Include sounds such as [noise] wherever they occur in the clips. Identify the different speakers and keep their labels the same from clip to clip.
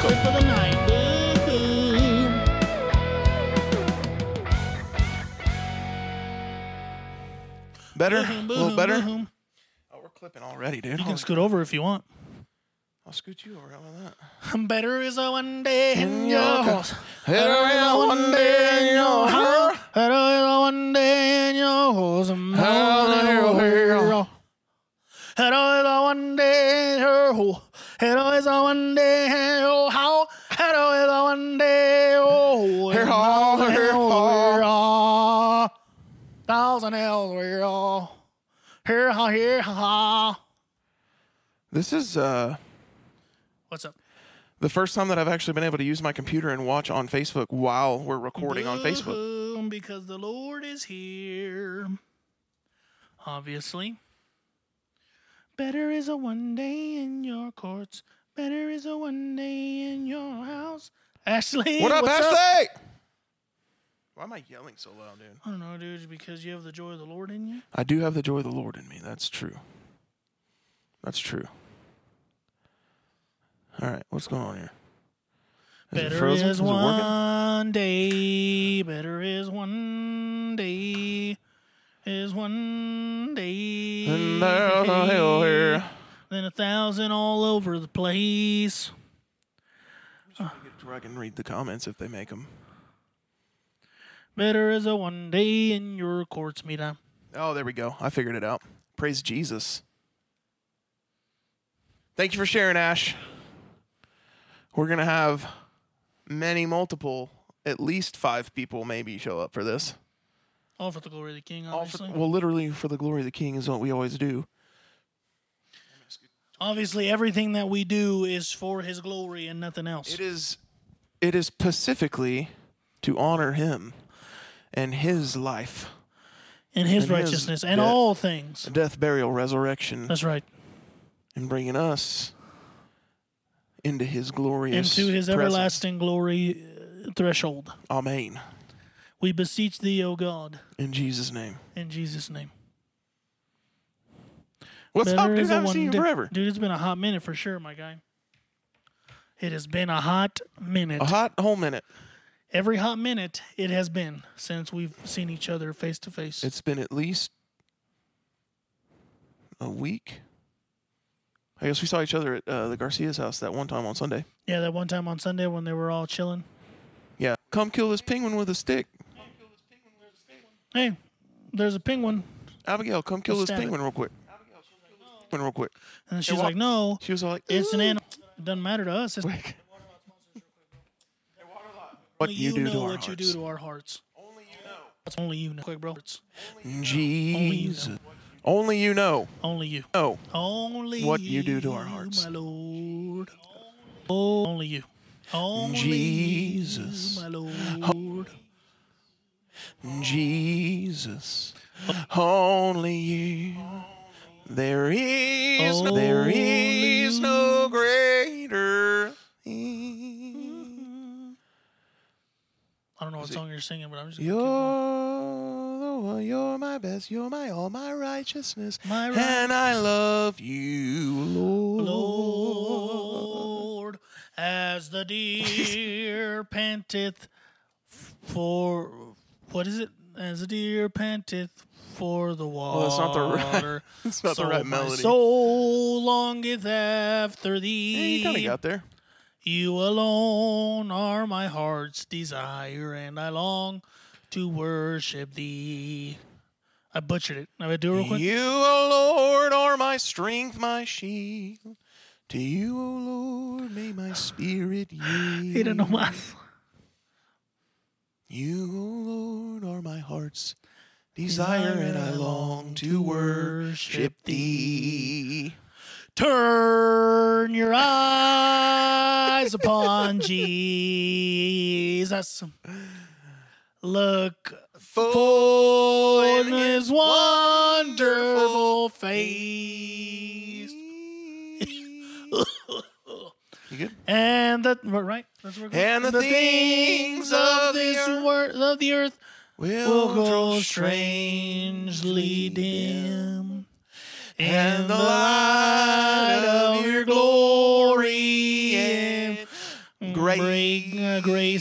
Speaker 1: Good for the night, baby.
Speaker 2: Better? A
Speaker 1: Boom,
Speaker 2: little
Speaker 1: boom,
Speaker 2: better?
Speaker 1: boom.
Speaker 2: Oh, we're clipping already, dude.
Speaker 1: You
Speaker 2: Holy-
Speaker 1: can scoot over if you want.
Speaker 2: I'll scoot you over. How about that?
Speaker 1: Better is a one day in
Speaker 2: In
Speaker 1: your
Speaker 2: your
Speaker 1: house.
Speaker 2: Better is a one day in your house.
Speaker 1: Better is a one day in your house. and
Speaker 2: Hell, hell, hell.
Speaker 1: Better is a one day in your house. Better is a one day in your house. Better is a one day in your house.
Speaker 2: Here, all, here, all.
Speaker 1: all. Thousand hells we're all. Here, ha, here, ha, ha.
Speaker 2: This is uh,
Speaker 1: What's up?
Speaker 2: the first time that I've actually been able to use my computer and watch on Facebook while we're recording on Facebook.
Speaker 1: Boom, because the Lord is here. Obviously. Better is a one day in your courts. Better is a one day in your house. Ashley.
Speaker 2: What up,
Speaker 1: what's
Speaker 2: Ashley? Why am I yelling so loud, dude?
Speaker 1: I don't know, dude, because you have the joy of the Lord in you.
Speaker 2: I do have the joy of the Lord in me. That's true. That's true. All right, what's going on here? Is it
Speaker 1: Better
Speaker 2: frozen?
Speaker 1: is
Speaker 2: it working?
Speaker 1: one day. Better is one day. Is one day.
Speaker 2: And there's a hill here.
Speaker 1: Than a thousand all over the place.
Speaker 2: To where I can read the comments if they make them.
Speaker 1: Better is a one day in your courts, Mita.
Speaker 2: Oh, there we go. I figured it out. Praise Jesus. Thank you for sharing, Ash. We're going to have many, multiple, at least five people maybe show up for this.
Speaker 1: All for the glory of the King,
Speaker 2: All for,
Speaker 1: obviously.
Speaker 2: well, literally, for the glory of the King is what we always do.
Speaker 1: obviously, everything that we do is for His glory and nothing else.
Speaker 2: It is, it is specifically to honor Him and His life,
Speaker 1: in His
Speaker 2: and His
Speaker 1: righteousness and
Speaker 2: death.
Speaker 1: all things.
Speaker 2: death, burial, resurrection,
Speaker 1: That's right.
Speaker 2: and bringing us into His glorious
Speaker 1: Into His
Speaker 2: presence.
Speaker 1: everlasting glory uh, threshold.
Speaker 2: Amen.
Speaker 1: We beseech Thee, O God,
Speaker 2: In Jesus' name.
Speaker 1: in Jesus' name.
Speaker 2: What's up,
Speaker 1: Better
Speaker 2: dude?
Speaker 1: is
Speaker 2: I
Speaker 1: a
Speaker 2: haven't seen you
Speaker 1: one day-
Speaker 2: forever.
Speaker 1: Dude, it's been a hot minute for sure, my guy. It has been a hot minute.
Speaker 2: A hot whole minute.
Speaker 1: Every hot minute it has been since we've seen each other face to face.
Speaker 2: It's been at least a week. I guess we saw each other at uh, the Garcia's house that one time on Sunday.
Speaker 1: Yeah, that one time on Sunday when they were all chilling.
Speaker 2: Yeah. Come kill this penguin with a stick.
Speaker 1: Hey, there's a penguin.
Speaker 2: Abigail, come kill
Speaker 1: Let's
Speaker 2: this
Speaker 1: stab it.
Speaker 2: penguin real quick. Penguin real quick.
Speaker 1: And she's
Speaker 2: wa-
Speaker 1: like, no,
Speaker 2: She was all like,
Speaker 1: it's an
Speaker 2: "Ooh." [laughs]
Speaker 1: animal. It doesn't matter to us. It's
Speaker 2: Quick. What
Speaker 1: only
Speaker 2: you,
Speaker 1: you,
Speaker 2: do
Speaker 1: know
Speaker 2: to our
Speaker 1: what you do
Speaker 2: hearts.
Speaker 1: to our hearts. It's only you know. Quick, bro. It's
Speaker 2: Jesus. Only you know.
Speaker 1: only you.
Speaker 2: No.
Speaker 1: Only
Speaker 2: What you do to our
Speaker 1: you,
Speaker 2: hearts.
Speaker 1: my Lord. Oh, only you. Only
Speaker 2: Jesus.
Speaker 1: you, my Lord.
Speaker 2: Jesus, only you. There is no,
Speaker 1: Only
Speaker 2: there is no greater.
Speaker 1: I don't know what
Speaker 2: it-
Speaker 1: song you're singing, but I'm just
Speaker 2: You're
Speaker 1: gonna keep going.
Speaker 2: the one, you're my best, you're my all, my righteousness,
Speaker 1: My right-
Speaker 2: and I love you, Lord.
Speaker 1: Lord, as
Speaker 2: [laughs]
Speaker 1: the deer panteth for what is it? As the deer panteth for the water.
Speaker 2: Well, that's not the right- [laughs] It's [laughs] not
Speaker 1: so
Speaker 2: the right
Speaker 1: my
Speaker 2: melody.
Speaker 1: soul longeth after
Speaker 2: Yeah, you kind of
Speaker 1: thee.
Speaker 2: got there.
Speaker 1: You alone are my heart's desire, and I long to worship thee. I butchered it. I do it real quick.
Speaker 2: You, O Lord, are my strength, my shield. To you, O Lord, may my spirit yield.
Speaker 1: [sighs] He didn't know my.
Speaker 2: You, O Lord, are my heart's desire, and I long to worship thee.
Speaker 1: Turn your eyes upon [laughs] Jesus. Look
Speaker 2: Full
Speaker 1: on
Speaker 2: in
Speaker 1: his
Speaker 2: his
Speaker 1: wonderful face.
Speaker 2: [laughs] you good?
Speaker 1: And that we're right. That's where we're going.
Speaker 2: And the things of the earth
Speaker 1: world of the earth will
Speaker 2: will
Speaker 1: grow
Speaker 2: grow
Speaker 1: strangely
Speaker 2: strangely dim.
Speaker 1: dim. And the light of your glory and uh, grace,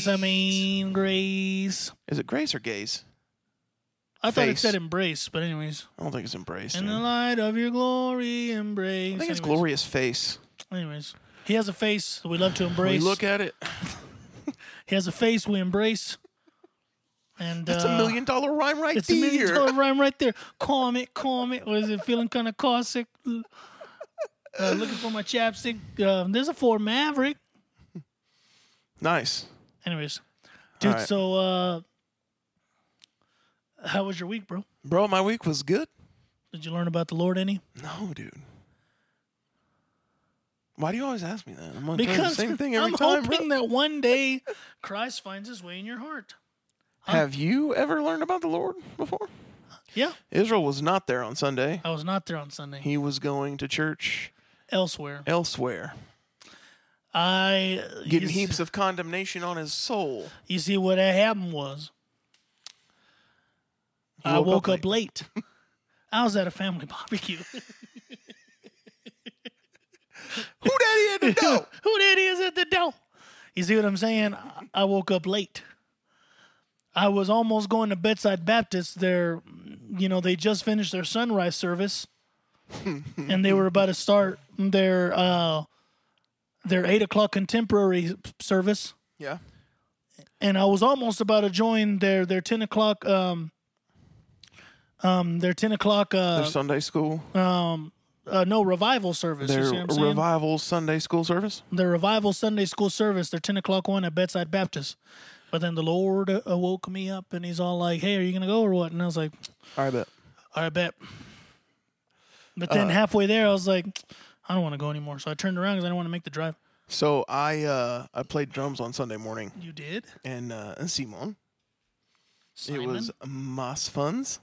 Speaker 1: I mean grace.
Speaker 2: Is it grace or gaze?
Speaker 1: I thought it
Speaker 2: Face.
Speaker 1: said embrace, but anyways.
Speaker 2: I don't think it's embrace.
Speaker 1: In
Speaker 2: dude.
Speaker 1: the light of your glory, embrace.
Speaker 2: I think it's
Speaker 1: Anyways.
Speaker 2: glorious face.
Speaker 1: Anyways, he has a face that we love to
Speaker 2: When
Speaker 1: embrace.
Speaker 2: we look at it.
Speaker 1: he has a face we embrace. And
Speaker 2: That's
Speaker 1: uh,
Speaker 2: a million dollar rhyme right
Speaker 1: It's a
Speaker 2: there.
Speaker 1: million dollar rhyme right there. Comet, comet. Was it feeling kind of caustic? Uh, looking for my chapstick. Uh, there's a Ford Maverick.
Speaker 2: Nice.
Speaker 1: Anyways, dude.
Speaker 2: right.
Speaker 1: So, uh, how was your week, bro?
Speaker 2: Bro, my week was good.
Speaker 1: Did you learn about the Lord any?
Speaker 2: No, dude. Why do you always ask me that? I'm gonna tell you the
Speaker 1: Because
Speaker 2: same thing every
Speaker 1: I'm
Speaker 2: time. bro.
Speaker 1: hoping that one day Christ finds His way in your heart.
Speaker 2: Have you ever learned about the Lord before?
Speaker 1: Yeah,
Speaker 2: Israel was not there on Sunday.
Speaker 1: I was not there on Sunday.
Speaker 2: He was going to church
Speaker 1: Elsewhere,
Speaker 2: elsewhere,
Speaker 1: I
Speaker 2: getting
Speaker 1: you s-
Speaker 2: heaps of condemnation on his soul.
Speaker 1: You see what had happened was I
Speaker 2: woke
Speaker 1: woke
Speaker 2: up
Speaker 1: up late. I was at a
Speaker 2: [laughs]
Speaker 1: family [laughs] barbecue.
Speaker 2: Who daddy had to know?
Speaker 1: [laughs] Who that is at the door? You see what I'm saying? I- I woke up late. I was almost going to Bedside Baptist. They're, you know, they just finished their
Speaker 2: [laughs]
Speaker 1: sunrise service, and they were about to start their uh, their eight o'clock contemporary service.
Speaker 2: [laughs] Yeah.
Speaker 1: and I was almost about to join their their ten o'clock um um their ten o'clock
Speaker 2: Their
Speaker 1: uh,
Speaker 2: Sunday school.
Speaker 1: um uh, no revival service. you
Speaker 2: Their
Speaker 1: see what I'm saying?
Speaker 2: revival Sunday school service.
Speaker 1: their revival Sunday school service, their ten o'clock one at Bedside Baptist. But then the Lord uh, woke me up and he's all like, Hey, are you gonna go or what? And I was like,
Speaker 2: I bet.
Speaker 1: All right, bet. But then
Speaker 2: Uh,
Speaker 1: halfway there I was like, I don't want to go anymore. So I turned around because I didn't want to make the drive.
Speaker 2: So I uh, I played drums on Sunday morning
Speaker 1: You did?
Speaker 2: and uh, and Simon.
Speaker 1: Simon?
Speaker 2: It was mass funds.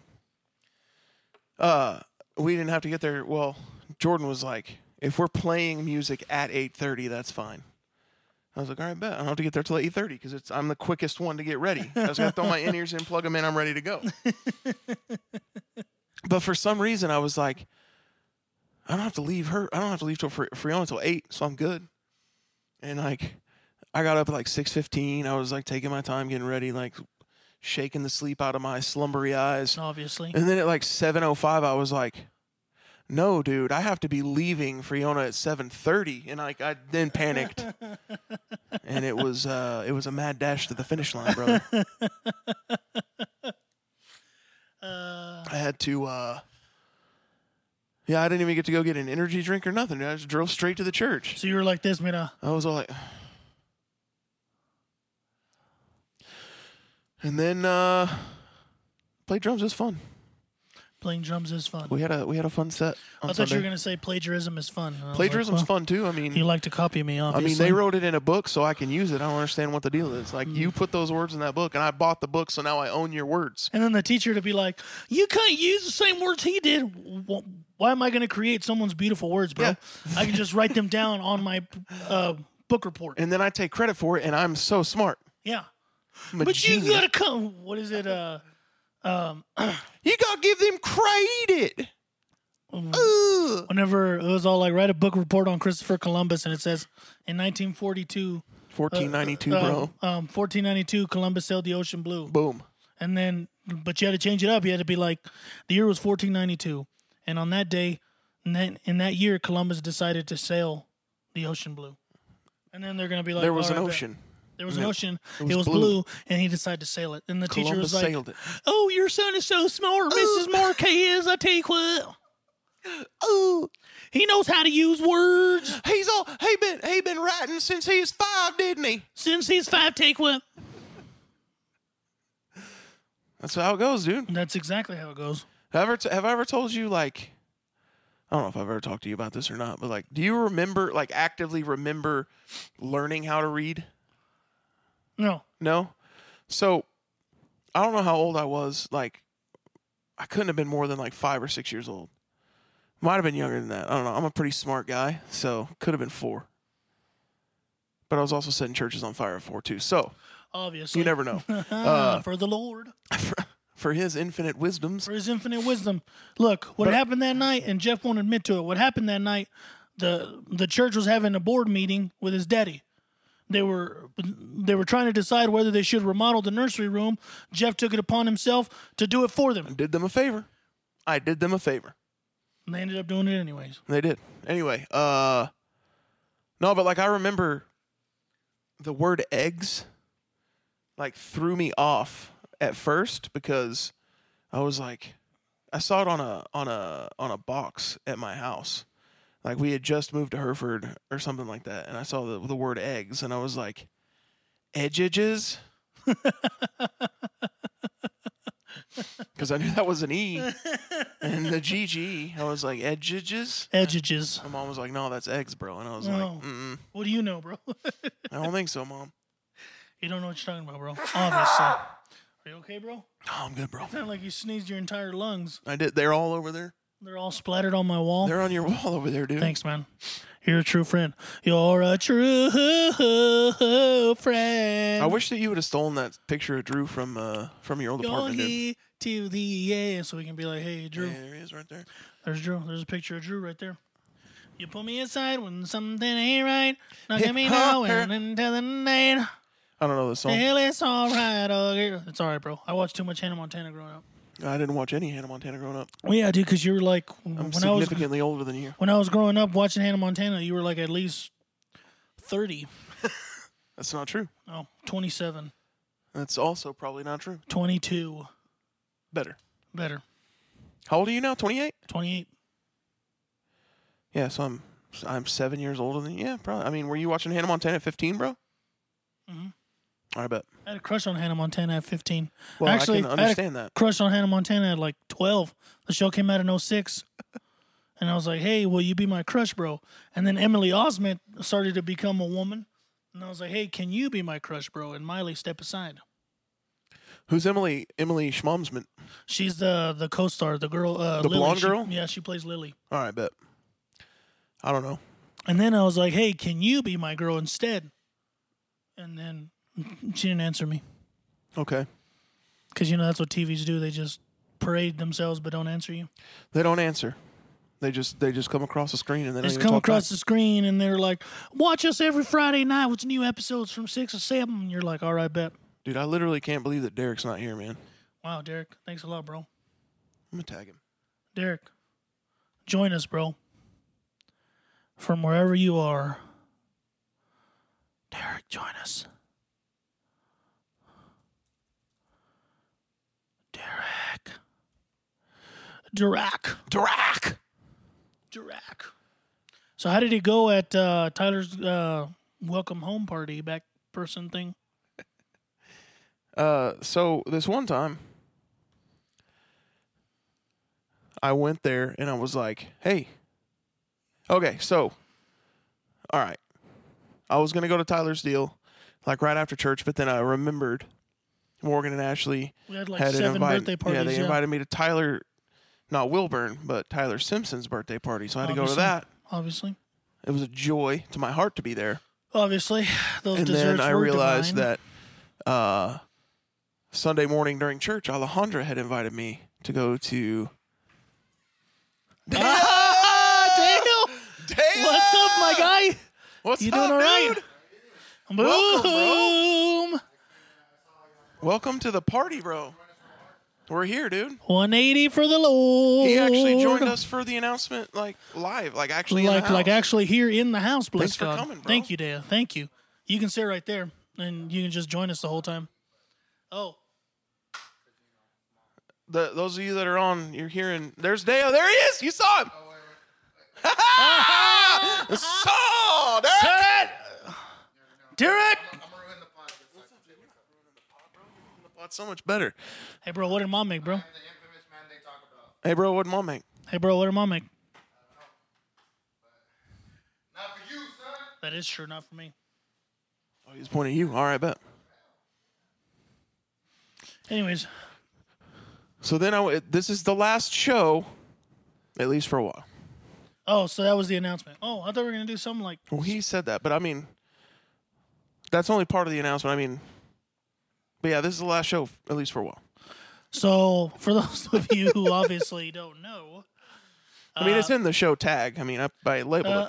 Speaker 2: Uh, we didn't have to get there. Well, Jordan was like, "If we're playing music at eight thirty, that's fine." I was like, "All right, bet I don't have to get there till eight thirty because it's I'm the quickest one to get ready. I was gonna throw my in ears in, plug them in, I'm ready to go." but for some reason, I was like, "I don't have to leave her. I don't have to leave till Fri- Friona until eight, so I'm good." And like, I got up at like six fifteen. I was like taking my time getting ready, like shaking the sleep out of my slumbery eyes. [laughs]
Speaker 1: obviously.
Speaker 2: And then at like 7:05 I was like, "No, dude, I have to be leaving Friona at 7:30." And like I then
Speaker 1: [laughs]
Speaker 2: panicked. and it was uh it was a mad dash to the finish line, brother.
Speaker 1: Uh,
Speaker 2: I had to uh Yeah, I didn't even get to go get an energy drink or nothing. dude. I just drove straight to the church.
Speaker 1: so you were like this, Mina.
Speaker 2: I was all like [sighs] And then uh played drums was fun.
Speaker 1: Playing drums is fun.
Speaker 2: We had a we had a fun set on
Speaker 1: I thought
Speaker 2: Sunday.
Speaker 1: you were going to say plagiarism is fun. And I was
Speaker 2: Plagiarism's
Speaker 1: like,
Speaker 2: fun too. I mean,
Speaker 1: well, You like to copy me,
Speaker 2: I mean,
Speaker 1: obviously.
Speaker 2: they wrote it in a book, so I can use it. I don't understand what the deal is. Like, you put those words in that book, and I bought the book, so now I own your words.
Speaker 1: And then the teacher to be like, you can't use the same words he did. Wh- Why am I going to create someone's beautiful words, bro?
Speaker 2: Yeah.
Speaker 1: I can just write them down on my uh, book report.
Speaker 2: And then I take credit for it, and I'm so smart.
Speaker 1: Yeah.
Speaker 2: I'm a
Speaker 1: But you
Speaker 2: genius.
Speaker 1: got to come. What is it? Uh,
Speaker 2: you gotta give them credit. Ugh.
Speaker 1: whenever it was all like, write a book report on Christopher Columbus, and it says, in 1942,
Speaker 2: 1492,
Speaker 1: uh,
Speaker 2: bro.
Speaker 1: um, 1492, Columbus sailed the ocean blue.
Speaker 2: Boom.
Speaker 1: And then, but you had to change it up. You had to be like, the year was 1492, and on that day, in that, in that year, Columbus decided to sail the ocean blue. And then they're gonna be like,
Speaker 2: There was
Speaker 1: "All
Speaker 2: an
Speaker 1: right, bet."
Speaker 2: ocean.
Speaker 1: There was an
Speaker 2: No,
Speaker 1: ocean. It
Speaker 2: was
Speaker 1: was,
Speaker 2: blue.
Speaker 1: blue. and he decided to sail it. And the teacher
Speaker 2: Columbus
Speaker 1: was like,
Speaker 2: sailed it.
Speaker 1: "Oh, your son is so smart, Mrs. Marquez. I tell you what,
Speaker 2: Ooh,
Speaker 1: he knows how to use words
Speaker 2: he's all he been he been writing since he was five, didn't he?
Speaker 1: since he's five. Take what?
Speaker 2: That's how it goes, dude.
Speaker 1: That's exactly how it goes.
Speaker 2: Have I ever t- have I ever told you like I don't know if I've ever talked to you about this or not, but like do you remember like actively remember learning how to read?
Speaker 1: No,
Speaker 2: No? So I don't know how old I was, like I couldn't have been more than like 5 or 6 years old. Might have been younger than that. I don't know. I'm a pretty smart guy, so could have been 4. But I was also setting churches on fire at 4 too. So,
Speaker 1: obviously,
Speaker 2: you
Speaker 1: [laughs]
Speaker 2: never know. [laughs] Uh,
Speaker 1: Ah, for the Lord."
Speaker 2: for, for his infinite wisdoms.
Speaker 1: for his infinite wisdom. Look, what happened that night, and Jeff won't admit to it. What happened that night? The the church was having a board meeting with his daddy. They were they were trying to decide whether they should remodel the nursery room. Jeff took it upon himself to do it for them.
Speaker 2: Did them a favor. I did them a favor.
Speaker 1: And they ended up doing it anyways.
Speaker 2: They did. Anyway, uh No, but like I remember the word eggs like threw me off at first because I was like I saw it on a on a on a box at my house. Like we had just moved to Hereford or something like that and I saw the the word eggs and I was like [laughs] edges because I knew that was an E and the GG. I was like edges.
Speaker 1: Edges.
Speaker 2: My mom was like, "No, that's eggs, bro," and I was
Speaker 1: No.
Speaker 2: like, Mm-mm,
Speaker 1: What do you know, bro? [laughs]
Speaker 2: "I don't think so, mom."
Speaker 1: you don't know what you're talking about, bro. Obviously. Are you okay, Oh, bro?
Speaker 2: No, I'm good, bro.
Speaker 1: Sound like you sneezed your entire lungs.
Speaker 2: I did. They're all over there.
Speaker 1: They're all splattered on my wall.
Speaker 2: They're on your wall over there, dude.
Speaker 1: Oh. Thanks, man. You're a true friend. You're a true friend.
Speaker 2: I wish that you would have stolen that picture of Drew from uh from your old
Speaker 1: You're
Speaker 2: apartment, dude.
Speaker 1: here to the end, so we can be like, "Hey, Drew,
Speaker 2: Yeah, there he is, right there.
Speaker 1: there's Drew. There's a picture of Drew right there." You pull me aside when something ain't right. Now get me
Speaker 2: Hip-hop
Speaker 1: now and into the night.
Speaker 2: I don't know this song.
Speaker 1: Hell, it's all right. Oh, yeah. It's all right, bro. I watched too much Hannah Montana growing up.
Speaker 2: I didn't watch any Hannah Montana growing up.
Speaker 1: Well, yeah, dude, because you were like
Speaker 2: I'm
Speaker 1: when I was
Speaker 2: significantly older than you.
Speaker 1: when I was growing up watching Hannah Montana, you were like at least thirty.
Speaker 2: That's not true.
Speaker 1: Oh, 27,
Speaker 2: That's also probably not true.
Speaker 1: 22,
Speaker 2: Better.
Speaker 1: better,
Speaker 2: How old are you now? 28.
Speaker 1: twenty-eight.
Speaker 2: Yeah, so I'm so I'm seven years older than you. Yeah, probably. I mean, were you watching Hannah Montana at 15, bro?
Speaker 1: Mhm.
Speaker 2: I bet.
Speaker 1: I had a crush on Hannah Montana at 15.
Speaker 2: Well, I
Speaker 1: Actually, I
Speaker 2: can
Speaker 1: had a-
Speaker 2: understand that.
Speaker 1: Crush on Hannah Montana at like 12. The show came out in 06. [laughs] And I was like, hey, will you be my crush, bro? And then Emily Osment started to become a woman. And I was like, hey, can you be my crush, bro? And Miley, step aside.
Speaker 2: Who's Emily? Emily Schmumsman.
Speaker 1: She's the the co star, the girl. Uh,
Speaker 2: The
Speaker 1: Lily.
Speaker 2: blonde
Speaker 1: She-
Speaker 2: girl?
Speaker 1: yeah, she plays Lily.
Speaker 2: All right, bet. I don't know.
Speaker 1: And then I was like, hey, can you be my girl instead? And then she didn't answer me.
Speaker 2: Okay.
Speaker 1: Because, you know, that's what TVs do. They just parade themselves but don't answer you.
Speaker 2: They don't answer. They just they just come across the screen and they don't
Speaker 1: just
Speaker 2: even
Speaker 1: come
Speaker 2: talk
Speaker 1: across
Speaker 2: back.
Speaker 1: the screen and they're like, "Watch us every Friday night with new episodes from six or seven. And you're like, "All right, bet."
Speaker 2: Dude, I literally can't believe that Derek's not here, man.
Speaker 1: Wow, Derek, thanks a lot, bro.
Speaker 2: I'm gonna tag him.
Speaker 1: Derek, join us, bro. From wherever you are, Derek, join us. Derek, Derek,
Speaker 2: Derek.
Speaker 1: Derek. So, how did it go at uh, Tyler's uh, welcome home party back person thing?
Speaker 2: Uh, so this one time, I went there and I was like, "Hey, okay, so, all right, I was gonna go to Tyler's deal, like right after church, but then I remembered Morgan and Ashley
Speaker 1: We had like
Speaker 2: had an
Speaker 1: seven
Speaker 2: invite.
Speaker 1: birthday parties.
Speaker 2: yeah, they invited me to Tyler, not Wilburn, but Tyler Simpson's birthday party, so I had to go to
Speaker 1: Obviously.
Speaker 2: that.
Speaker 1: Obviously,
Speaker 2: It was a joy to my heart to be there
Speaker 1: obviously, [laughs] those
Speaker 2: and
Speaker 1: desserts
Speaker 2: then I
Speaker 1: were
Speaker 2: realized
Speaker 1: [laughs] divine.
Speaker 2: that uh, Sunday morning during church, Alejandra had invited me to go
Speaker 1: [laughs]
Speaker 2: to.
Speaker 1: Ah, Dale,
Speaker 2: Damn!
Speaker 1: what's up, my guy?
Speaker 2: What's
Speaker 1: You
Speaker 2: up,
Speaker 1: doing all right?
Speaker 2: dude?
Speaker 1: Boom.
Speaker 2: Welcome, Welcome to the party, bro. We're here, dude.
Speaker 1: 180 for the Lord.
Speaker 2: He actually joined us for the announcement, like live, like actually in the
Speaker 1: Oh, Like, like
Speaker 2: house.
Speaker 1: actually here in the house. Bless
Speaker 2: Thanks for
Speaker 1: God.
Speaker 2: coming, bro.
Speaker 1: Thank you, Dale. Thank you. You can sit right there, and you can just join us the whole time. Oh,
Speaker 2: The- those of you that are on, you're hearing. There's Dale. There he is. You saw
Speaker 1: [laughs]
Speaker 2: him. saw Dale.
Speaker 1: Derek.
Speaker 2: That's so much better.
Speaker 1: Hey, bro, what did mom make, bro?
Speaker 3: the infamous man they talk about.
Speaker 2: Hey, bro, what did mom make?
Speaker 1: Hey, bro, what did mom make?
Speaker 3: Not for you, son.
Speaker 1: That is sure not for me.
Speaker 2: Oh, he's pointing at you. All right, bet.
Speaker 1: Anyways,
Speaker 2: So then I w- this is the last show, at least for a while.
Speaker 1: oh, so that was the announcement. Oh, I thought we were gonna do something like
Speaker 2: Well, he said that, but I mean, that's only part of the announcement. I mean, but yeah, this is the last show, at least for a while.
Speaker 1: So, for [laughs] those of you who obviously don't know,
Speaker 2: I mean, it's in the show tag. I mean, I, I labeled
Speaker 1: Uh-huh. uh,
Speaker 2: it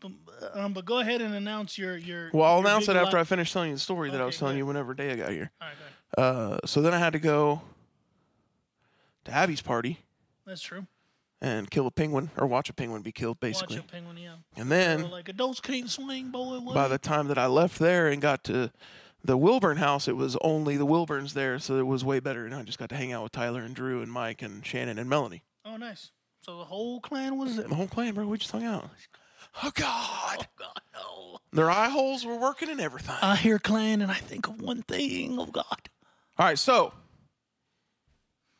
Speaker 2: that.
Speaker 1: b- Um, but go ahead and announce your your.
Speaker 2: Well, I'll
Speaker 1: your
Speaker 2: announce
Speaker 1: big
Speaker 2: it after
Speaker 1: li-
Speaker 2: I finish telling you the story that I
Speaker 1: Okay,
Speaker 2: was telling
Speaker 1: good.
Speaker 2: you whenever day I got here.
Speaker 1: All right, go ahead.
Speaker 2: Uh, so then I had to go to Abby's party
Speaker 1: that's true.
Speaker 2: and kill a penguin or watch a penguin be killed, basically.
Speaker 1: Watch a penguin, yeah.
Speaker 2: And
Speaker 1: Or
Speaker 2: then
Speaker 1: like adults can't swing, boy. What?
Speaker 2: by the time that I left there and got to the Wilburn house, it was only the Wilburns there, so it was way better. And I just got to hang out with Tyler and Drew and Mike and Shannon and Melanie.
Speaker 1: oh, nice. So the whole clan was oh, there.
Speaker 2: The whole clan, bro. We just hung out. Oh God,
Speaker 1: God, no.
Speaker 2: their eye holes were working and everything.
Speaker 1: I hear clan and I think of one thing. Oh God.
Speaker 2: All right, so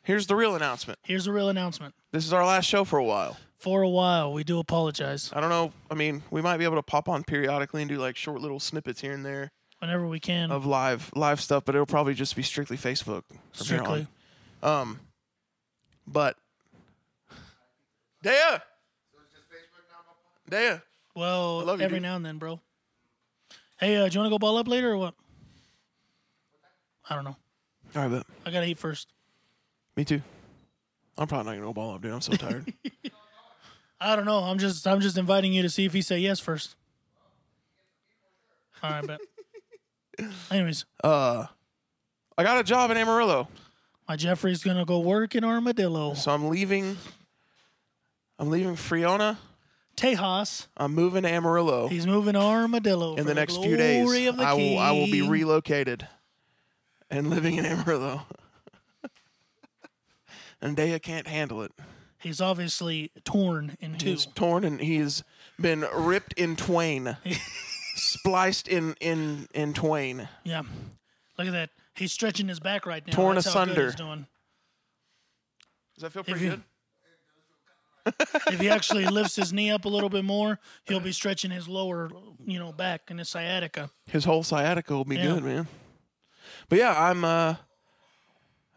Speaker 2: here's the real announcement.
Speaker 1: Here's a real announcement.
Speaker 2: This is our last show for a while.
Speaker 1: For a while, we do apologize.
Speaker 2: I don't know. I mean, we might be able to pop on periodically and do like short little snippets here and there
Speaker 1: Whenever we can,
Speaker 2: of live live stuff, but it'll probably just be strictly Facebook from
Speaker 1: strictly.
Speaker 2: here on. Um, but Dea, Dea,
Speaker 1: Well,
Speaker 2: love you,
Speaker 1: every
Speaker 2: dude.
Speaker 1: now and then, bro. Hey, uh, do you want to go ball up later or what? I don't know.
Speaker 2: all right, but
Speaker 1: I gotta eat first.
Speaker 2: me too. I'm probably not gonna go ball up, dude. I'm so tired.
Speaker 1: I don't know. I'm just I'm just inviting you to see if he say yes first.
Speaker 2: [laughs]
Speaker 1: All right, bet. Anyways,
Speaker 2: uh, I got a job in Amarillo,
Speaker 1: my Jeffrey's gonna go work in Armadillo.
Speaker 2: so I'm leaving. I'm leaving Friona.
Speaker 1: Tejas,
Speaker 2: I'm moving to Amarillo.
Speaker 1: he's moving to Armadillo
Speaker 2: in
Speaker 1: for
Speaker 2: the next few days.
Speaker 1: glory of the
Speaker 2: I will I will be
Speaker 1: king.
Speaker 2: relocated and living in Amarillo. [laughs] and Dea can't handle it.
Speaker 1: He's obviously torn in two.
Speaker 2: He's torn and he's been ripped in
Speaker 1: [laughs]
Speaker 2: twain. spliced in in in twain.
Speaker 1: Yeah, look at that. He's stretching his back right now.
Speaker 2: Torn
Speaker 1: That's how good
Speaker 2: asunder.
Speaker 1: he's doing.
Speaker 2: Does that feel
Speaker 1: If
Speaker 2: pretty
Speaker 1: you-
Speaker 2: good?
Speaker 1: if he actually lifts his knee up a little bit more, he'll be stretching his lower, you know, back and his sciatica.
Speaker 2: His whole sciatica will be
Speaker 1: Yeah.
Speaker 2: good, man. But yeah, I'm uh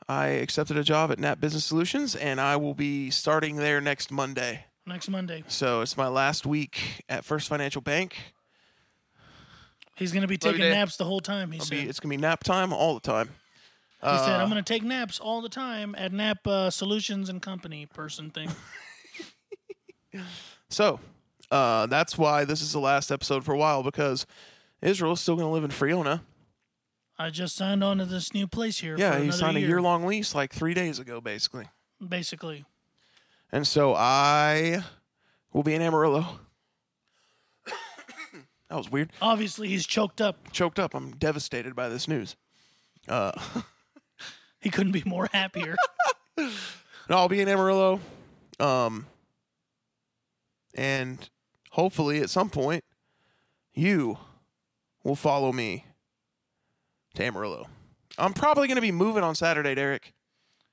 Speaker 2: I accepted a job at Nat Business Solutions and I will be starting there next Monday.
Speaker 1: Next Monday,
Speaker 2: So it's my last week at First Financial Bank.
Speaker 1: he's gonna be
Speaker 2: you,
Speaker 1: taking
Speaker 2: Dave.
Speaker 1: naps the whole time. He
Speaker 2: It'll
Speaker 1: said.
Speaker 2: be- it's gonna be nap time all the time.
Speaker 1: he
Speaker 2: Uh,
Speaker 1: said, "I'm gonna take naps all the time at Nap uh, Solutions and Company person thing."
Speaker 2: So uh, that's why this is the last episode for a while because Israel's still gonna live in Friona.
Speaker 1: I just signed on to this new place here.
Speaker 2: Yeah,
Speaker 1: for
Speaker 2: he
Speaker 1: another
Speaker 2: signed
Speaker 1: year,
Speaker 2: a year long lease like three days ago, basically.
Speaker 1: basically.
Speaker 2: And so I will be in Amarillo. [coughs] that was weird.
Speaker 1: Obviously, he's choked up.
Speaker 2: Choked up. I'm devastated by this news. Uh,
Speaker 1: He couldn't be more [laughs] happier.
Speaker 2: No, I'll be in Amarillo. Um, and hopefully at some point you will follow me to Amarillo. I'm probably going to be moving on Saturday, Derek,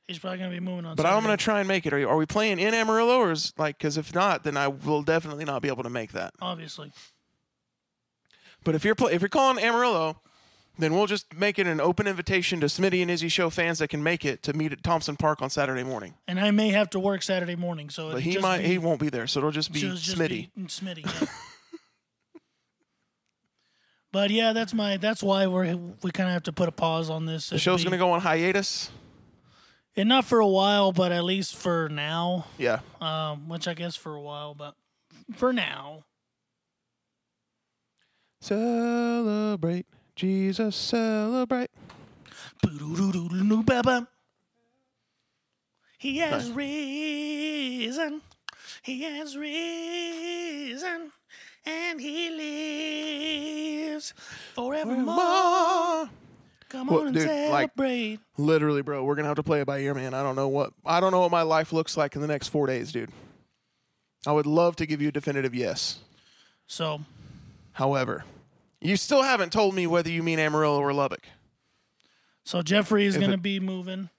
Speaker 1: he's probably gonna be moving on.
Speaker 2: but I'm going
Speaker 1: Saturday.
Speaker 2: to try and make it. Are, you, are we playing in Amarillo or is like, because if not, then I will definitely not be able to make that.
Speaker 1: obviously.
Speaker 2: But if you're, pl- if you're calling Amarillo, then we'll just make it an open invitation to Smitty and Izzy show fans that can make it to meet at Thompson Park on Saturday morning.
Speaker 1: And I may have to work Saturday morning, so
Speaker 2: But
Speaker 1: it'd
Speaker 2: he
Speaker 1: just
Speaker 2: might,
Speaker 1: be-
Speaker 2: he won't be there, so it'll just be
Speaker 1: So it's just
Speaker 2: Smitty.
Speaker 1: be- Smitty. yeah. [laughs] but yeah, that's my. That's why we're we kind of have to put a pause on this.
Speaker 2: The show's gonna go on hiatus.
Speaker 1: and not for a while, but at least for now.
Speaker 2: Yeah.
Speaker 1: Um, which I guess for a while, but for now,
Speaker 2: Celebrate, Jesus, celebrate.
Speaker 1: Boo-doo-doo-doo-doo-ba-ba. he has risen. He has risen, and he lives forevermore.
Speaker 2: Ma.
Speaker 1: Come
Speaker 2: Well,
Speaker 1: on and
Speaker 2: dude, like-
Speaker 1: celebrate.
Speaker 2: Literally, bro, we're gonna have to play it by ear, man. I don't know what I don't know what my life looks like in the next four days, dude. I would love to give you a definitive yes.
Speaker 1: so
Speaker 2: However, you still haven't told me whether you mean Amarillo or Lubbock.
Speaker 1: So Jeffrey is
Speaker 2: If
Speaker 1: going to
Speaker 2: it-
Speaker 1: be moving.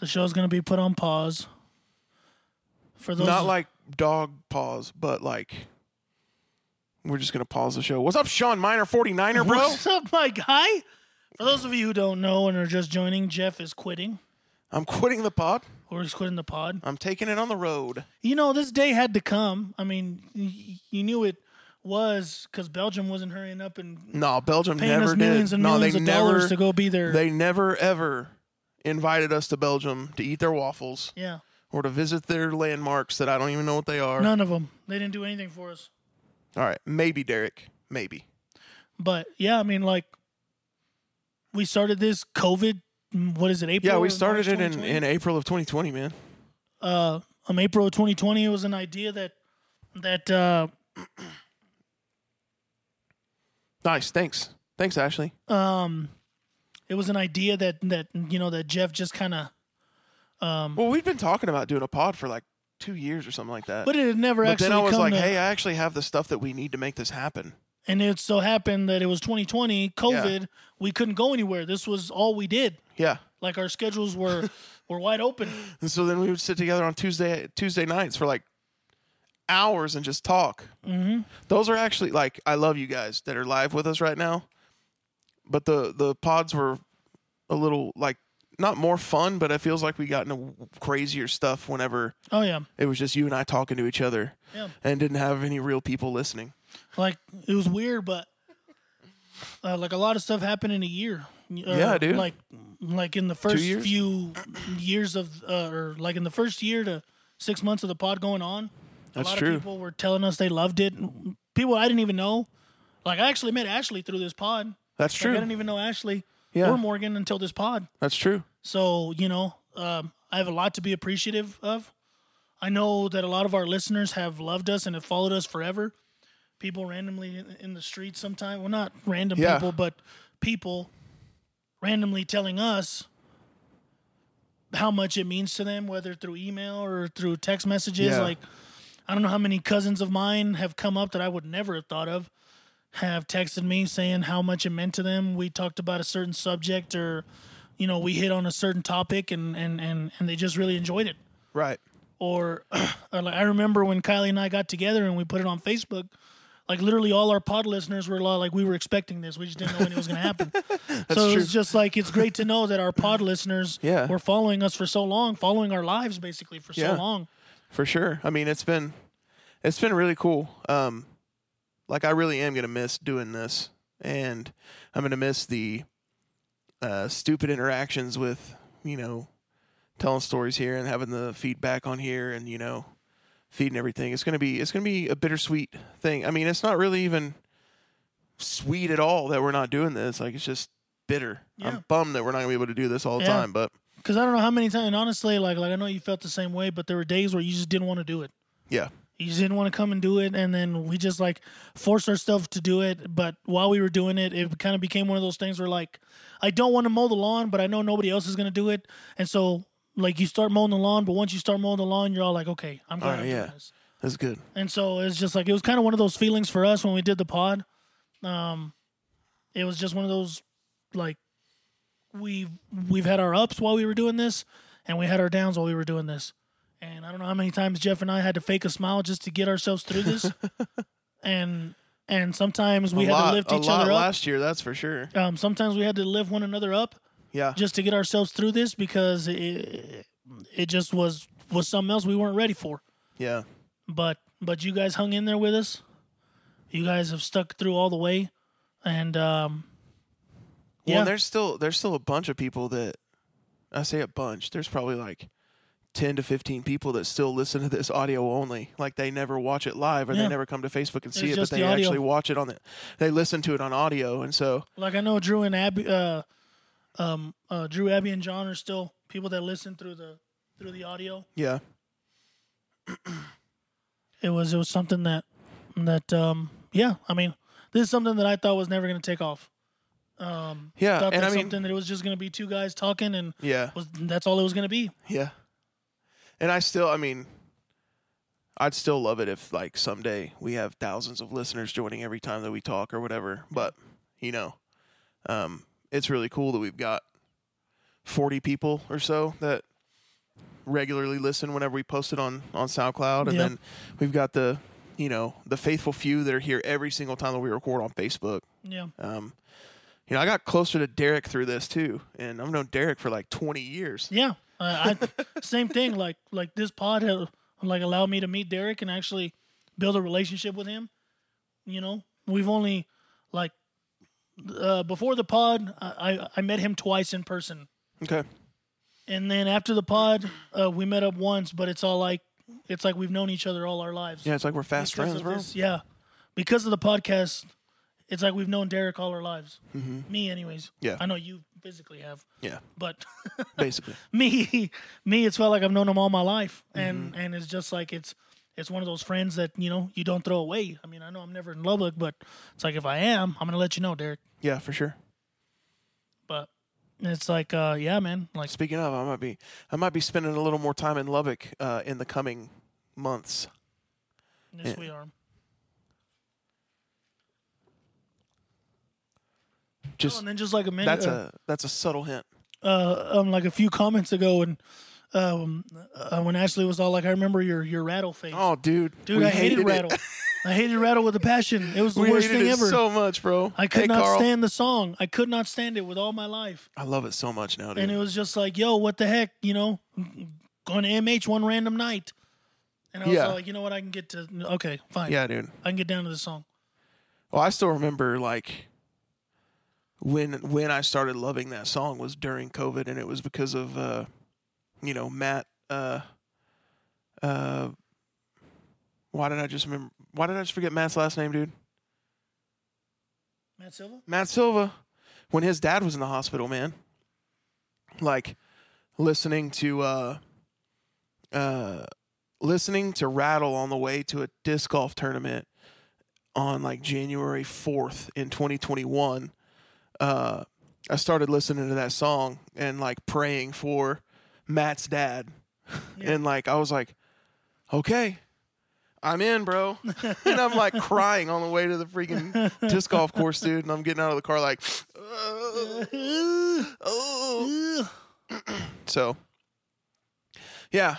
Speaker 1: The show's going to be put on pause. For those [laughs]
Speaker 2: Not like dog paws, but like we're just gonna pause the show. What's up, Sean Minor 49er, bro?
Speaker 1: What's up, my guy? For those of you who don't know and are just joining, Jeff is quitting
Speaker 2: I'm quitting the pod.
Speaker 1: or is quitting the pod.
Speaker 2: I'm taking it on the road.
Speaker 1: You know, this day had to come. I mean, y- you knew it was because Belgium wasn't hurrying up and
Speaker 2: No, Belgium
Speaker 1: paying
Speaker 2: never
Speaker 1: us millions
Speaker 2: did.
Speaker 1: and
Speaker 2: no,
Speaker 1: millions
Speaker 2: they
Speaker 1: of
Speaker 2: never.
Speaker 1: dollars to go be there.
Speaker 2: They never ever invited us to Belgium to eat their waffles
Speaker 1: yeah,
Speaker 2: or to visit their landmarks that I don't even know what they are.
Speaker 1: none of them. They didn't do anything for us.
Speaker 2: All right, maybe Derek, maybe.
Speaker 1: But yeah, I mean, like, we started this COVID. mm, What is it? April.
Speaker 2: Yeah, we
Speaker 1: or
Speaker 2: started
Speaker 1: March
Speaker 2: it in,
Speaker 1: 2020?
Speaker 2: in April of 2020, man.
Speaker 1: uh, um, April of 2020. It was an idea that that uh,
Speaker 2: Nice, thanks, thanks, Ashley.
Speaker 1: um, it was an idea that that you know that Jeff just kind of, Um,
Speaker 2: Well, we've been talking about doing a pod for like two years or something like that.
Speaker 1: but it had never
Speaker 2: But
Speaker 1: actually.
Speaker 2: then I was
Speaker 1: come
Speaker 2: like,
Speaker 1: to,
Speaker 2: hey, I actually have the stuff that we need to make this happen.
Speaker 1: and it so happened that it was 2020 COVID. We couldn't go anywhere. This was all we did.
Speaker 2: Yeah.
Speaker 1: Like our schedules were [laughs] were wide open.
Speaker 2: And so then we would sit together on Tuesday Tuesday nights for like hours and just talk. Mm-hmm. Those are actually like I love you guys that are live with us right now, but the the pods were a little like not more fun, but it feels like we got into crazier stuff whenever
Speaker 1: Oh yeah,
Speaker 2: it was just you and I talking to each other
Speaker 1: yeah.
Speaker 2: and didn't have any real people listening.
Speaker 1: Like it was weird, but uh, like a lot of stuff happened in a year. Uh,
Speaker 2: Yeah, dude.
Speaker 1: Like like in the first
Speaker 2: years?
Speaker 1: few years of uh, or like in the first year to six months of the pod going on.
Speaker 2: That's
Speaker 1: a lot
Speaker 2: true.
Speaker 1: of people were telling us they loved it. People I didn't even know. Like I actually met Ashley through this pod.
Speaker 2: That's
Speaker 1: Like, I
Speaker 2: true.
Speaker 1: didn't even know Ashley
Speaker 2: Yeah.
Speaker 1: or Morgan until this pod.
Speaker 2: That's true.
Speaker 1: So, you know, um, I have a lot to be appreciative of. I know that a lot of our listeners have loved us and have followed us forever. People randomly in, in the streets sometimes, well, not random
Speaker 2: Yeah.
Speaker 1: people, but people randomly telling us how much it means to them, whether through email or through text messages.
Speaker 2: Yeah.
Speaker 1: Like, I don't know how many cousins of mine have come up that I would never have thought of have texted me saying how much it meant to them. We talked about a certain subject or you know, we hit on a certain topic and and and, and they just really enjoyed it.
Speaker 2: Right.
Speaker 1: Or, [clears throat] or like, I remember when Kylie and I got together and we put it on Facebook, like literally all our pod listeners were all like we were expecting this. We just didn't know when it was going
Speaker 2: [laughs]
Speaker 1: to happen. so
Speaker 2: true.
Speaker 1: it's just like it's great to know that our pod listeners
Speaker 2: [laughs] Yeah.
Speaker 1: were following us for so long, following our lives basically for
Speaker 2: Yeah.
Speaker 1: so long.
Speaker 2: For sure. I mean, it's been it's been really cool. Um like I really am going to miss doing this and I'm going to miss the uh stupid interactions with, you know, telling stories here and having the feedback on here and you know feeding everything. It's going to be it's going to be a bittersweet thing. I mean, it's not really even sweet at all that we're not doing this. Like it's just bitter.
Speaker 1: Yeah.
Speaker 2: I'm bummed that we're not going to be able to do this all the
Speaker 1: Yeah.
Speaker 2: time, but
Speaker 1: Because I don't know how many times, and honestly, like like I know you felt the same way, but there were days where you just didn't want to do it.
Speaker 2: yeah.
Speaker 1: You just didn't want to come and do it, and then we just like forced ourselves to do it. But while we were doing it, it kind of became one of those things where like, I don't want to mow the lawn, but I know nobody else is gonna do it, and so like you start mowing the lawn, but once you start mowing the lawn, you're all like, okay, I'm glad
Speaker 2: Oh,
Speaker 1: I'm
Speaker 2: yeah.
Speaker 1: doing this.
Speaker 2: That's good.
Speaker 1: And so it's just like it was kind of one of those feelings for us when we did the pod. Um, it was just one of those like we've we've had our ups while we were doing this, and we had our downs while we were doing this. And I don't know how many times Jeff and I had to fake a smile just to get ourselves
Speaker 2: [laughs]
Speaker 1: through this. and and sometimes we
Speaker 2: a
Speaker 1: had
Speaker 2: lot,
Speaker 1: to lift
Speaker 2: a
Speaker 1: each
Speaker 2: lot
Speaker 1: other up.
Speaker 2: last year, that's for sure.
Speaker 1: Um, sometimes we had to lift one another up
Speaker 2: Yeah.
Speaker 1: just to get ourselves through this because it it just was was something else we weren't ready for.
Speaker 2: Yeah.
Speaker 1: but but you guys hung in there with us. You guys have stuck through all the way, and um,
Speaker 2: Well,
Speaker 1: yeah,
Speaker 2: and there's still there's still a bunch of people that I say a bunch. There's probably like ten to fifteen people that still listen to this audio only. Like they never watch it live or they
Speaker 1: Yeah.
Speaker 2: never come to Facebook and see
Speaker 1: It's
Speaker 2: it, but
Speaker 1: just
Speaker 2: they
Speaker 1: the audio.
Speaker 2: actually watch it on the they listen to it on audio and so
Speaker 1: like I know Drew and Abby, uh, um, uh, Drew, Abby, and John are still people that listen through the through the audio.
Speaker 2: yeah.
Speaker 1: It was it was something that that um, yeah, I mean, this is something that I thought was never going to take off. Um,
Speaker 2: Yeah.
Speaker 1: thought
Speaker 2: and I
Speaker 1: that
Speaker 2: mean
Speaker 1: something that it was just going to be two guys talking, and
Speaker 2: Yeah.
Speaker 1: was that's all it was going to be.
Speaker 2: Yeah. And I still, I mean, I'd still love it if like someday we have thousands of listeners joining every time that we talk or whatever. But, you know, um, it's really cool that we've got 40 people or so that regularly listen whenever we post it on, on SoundCloud. And
Speaker 1: Yeah.
Speaker 2: then we've got the, you know, the faithful few that are here every single time that we record on Facebook.
Speaker 1: Yeah,
Speaker 2: Um, you know, I got closer to Derek through this too. And I've known Derek for like 20 years.
Speaker 1: Yeah, uh, I,
Speaker 2: [laughs]
Speaker 1: same thing. Like like this pod had, like allowed me to meet Derek and actually build a relationship with him. You know, we've only like uh, before the pod, I, I I met him twice in person,
Speaker 2: Okay.
Speaker 1: and then after the pod, uh, we met up once. But it's all like it's like we've known each other all our lives.
Speaker 2: Yeah, it's like we're fast
Speaker 1: Because
Speaker 2: friends,
Speaker 1: of
Speaker 2: bro.
Speaker 1: this- yeah, because of the podcast, it's like we've known Derek all our lives. Me, anyways.
Speaker 2: Mm-hmm. Yeah.
Speaker 1: I know you physically have, [laughs]
Speaker 2: Yeah,
Speaker 1: but
Speaker 2: basically.
Speaker 1: me, me, it's felt like I've known him all my life,
Speaker 2: Mm-hmm.
Speaker 1: and and it's just like it's it's one of those friends that you know you don't throw away. I mean, I know I'm never in love with, but it's like if I am, I'm gonna let you know, Derek.
Speaker 2: Yeah, for sure.
Speaker 1: But it's like, uh, yeah, man, like
Speaker 2: Speaking of, I might be I might be spending a little more time in Lubbock uh, in the coming months.
Speaker 1: yes, we are. Oh,
Speaker 2: Just
Speaker 1: and then just like a minute,
Speaker 2: that's
Speaker 1: uh,
Speaker 2: a that's a subtle hint.
Speaker 1: uh, um, like a few comments ago, and um, uh, when Ashley was all like, "I remember your your rattle face,
Speaker 2: Oh, dude,
Speaker 1: dude,
Speaker 2: we
Speaker 1: I hated,
Speaker 2: it.
Speaker 1: rattle, I hated rattle with a passion. It was the
Speaker 2: [laughs] We
Speaker 1: worst
Speaker 2: hated
Speaker 1: thing
Speaker 2: it
Speaker 1: ever.
Speaker 2: so much, bro.
Speaker 1: I could
Speaker 2: Hey,
Speaker 1: not
Speaker 2: Carl.
Speaker 1: stand the song. I could not stand it with all my life,
Speaker 2: I love it so much now, dude.
Speaker 1: and it was just like, yo, what the heck, you know, going to MH one random night, and I was
Speaker 2: Yeah.
Speaker 1: like, you know what, I can get to okay, fine,
Speaker 2: yeah, dude.
Speaker 1: I can get down to the song.
Speaker 2: Well, Oh, I still remember like when when I started loving that song was during COVID, and it was because of uh, you know Matt. Uh, uh, why did I just remember? Why did I just forget Matt's last name, dude?
Speaker 1: Matt Silva,
Speaker 2: Matt Silva, when his dad was in the hospital, man, like listening to uh, uh, listening to Rattle on the way to a disc golf tournament on like January fourth in 2021. Uh, I started listening to that song and like praying for Matt's dad,
Speaker 1: Yeah.
Speaker 2: and like I was like, okay. I'm in, bro. and I'm like crying on the way to the freaking disc golf course, dude. And I'm getting out of the car like, "Ugh, oh.
Speaker 1: Ugh.
Speaker 2: So, yeah.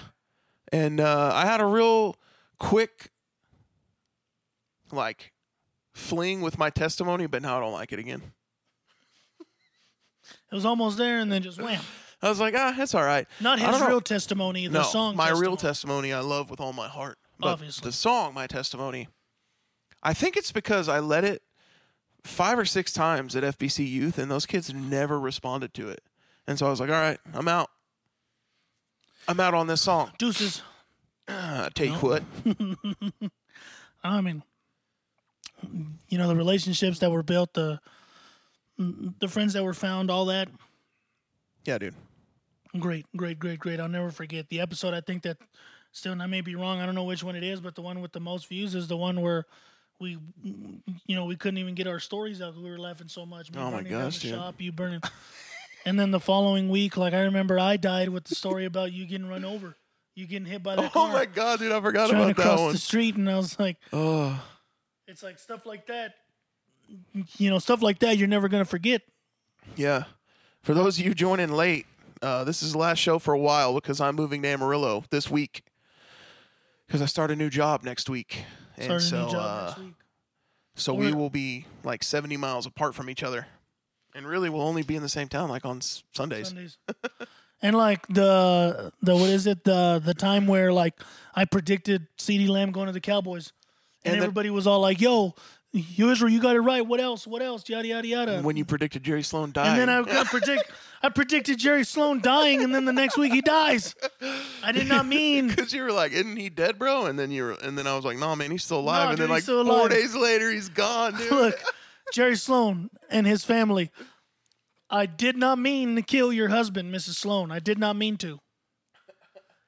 Speaker 2: And uh, I had a real quick, like, fling with my testimony, but now I don't like it again.
Speaker 1: it was almost there, and then just wham.
Speaker 2: I was like, ah, it's all right.
Speaker 1: Not
Speaker 2: I
Speaker 1: his
Speaker 2: don't know.
Speaker 1: real testimony, the
Speaker 2: no,
Speaker 1: song.
Speaker 2: my real
Speaker 1: testimony.
Speaker 2: testimony I love with all my heart. But
Speaker 1: Obviously.
Speaker 2: the song, my testimony, I think it's because I led it five or six times at FBC Youth, and those kids never responded to it. And so I was like, all right, I'm out. I'm out on this song.
Speaker 1: Deuces.
Speaker 2: Uh, take what?
Speaker 1: I mean, you know, the relationships that were built, the the friends that were found, all that.
Speaker 2: Yeah, dude.
Speaker 1: Great, great, great, great. I'll never forget the episode. I think that still, and I may be wrong. I don't know which one it is, but the one with the most views is the one where we, you know, we couldn't even get our stories out. 'cause We were laughing so much. Me
Speaker 2: Oh my
Speaker 1: burning down
Speaker 2: gosh,
Speaker 1: the
Speaker 2: dude.
Speaker 1: shop, you burning. and then the following week, like I remember, I died with the story about you getting run over, you getting hit by that
Speaker 2: Oh
Speaker 1: car
Speaker 2: my god, dude, I forgot
Speaker 1: trying to
Speaker 2: about that
Speaker 1: cross
Speaker 2: one.
Speaker 1: the street, and I was like.
Speaker 2: Oh,
Speaker 1: It's like stuff like that. You know, stuff like that you're never gonna forget.
Speaker 2: yeah. For those of you joining late, uh, this is the last show for a while because I'm moving to Amarillo this week because I start a new job next week. And
Speaker 1: Starting
Speaker 2: so,
Speaker 1: a new job
Speaker 2: uh,
Speaker 1: next week.
Speaker 2: So
Speaker 1: Or-
Speaker 2: we will be like 70 miles apart from each other. And really, we'll only be in the same town like on s- Sundays. [laughs]
Speaker 1: Sundays. and like the the what is it the the time where like I predicted C.D. Lamb going to the Cowboys, and,
Speaker 2: And the-
Speaker 1: everybody was all like, "Yo, you Israel, you got it right. What else? What else? Yada yada yada."
Speaker 2: When you predicted Jerry Sloan died.
Speaker 1: and then
Speaker 2: [laughs]
Speaker 1: I, I predict I predicted Jerry Sloan dying, and then the next week he dies. I did not mean.
Speaker 2: because you were like, "Isn't he dead, bro?" And then you were, and then I was like, "No, man, he's still alive."
Speaker 1: Nah,
Speaker 2: and
Speaker 1: dude,
Speaker 2: then like
Speaker 1: he's still
Speaker 2: four
Speaker 1: alive.
Speaker 2: days later, he's gone, dude.
Speaker 1: [laughs] Look, Jerry Sloan and his family. I did not mean to kill your husband, Mrs. Sloan. I did not mean to.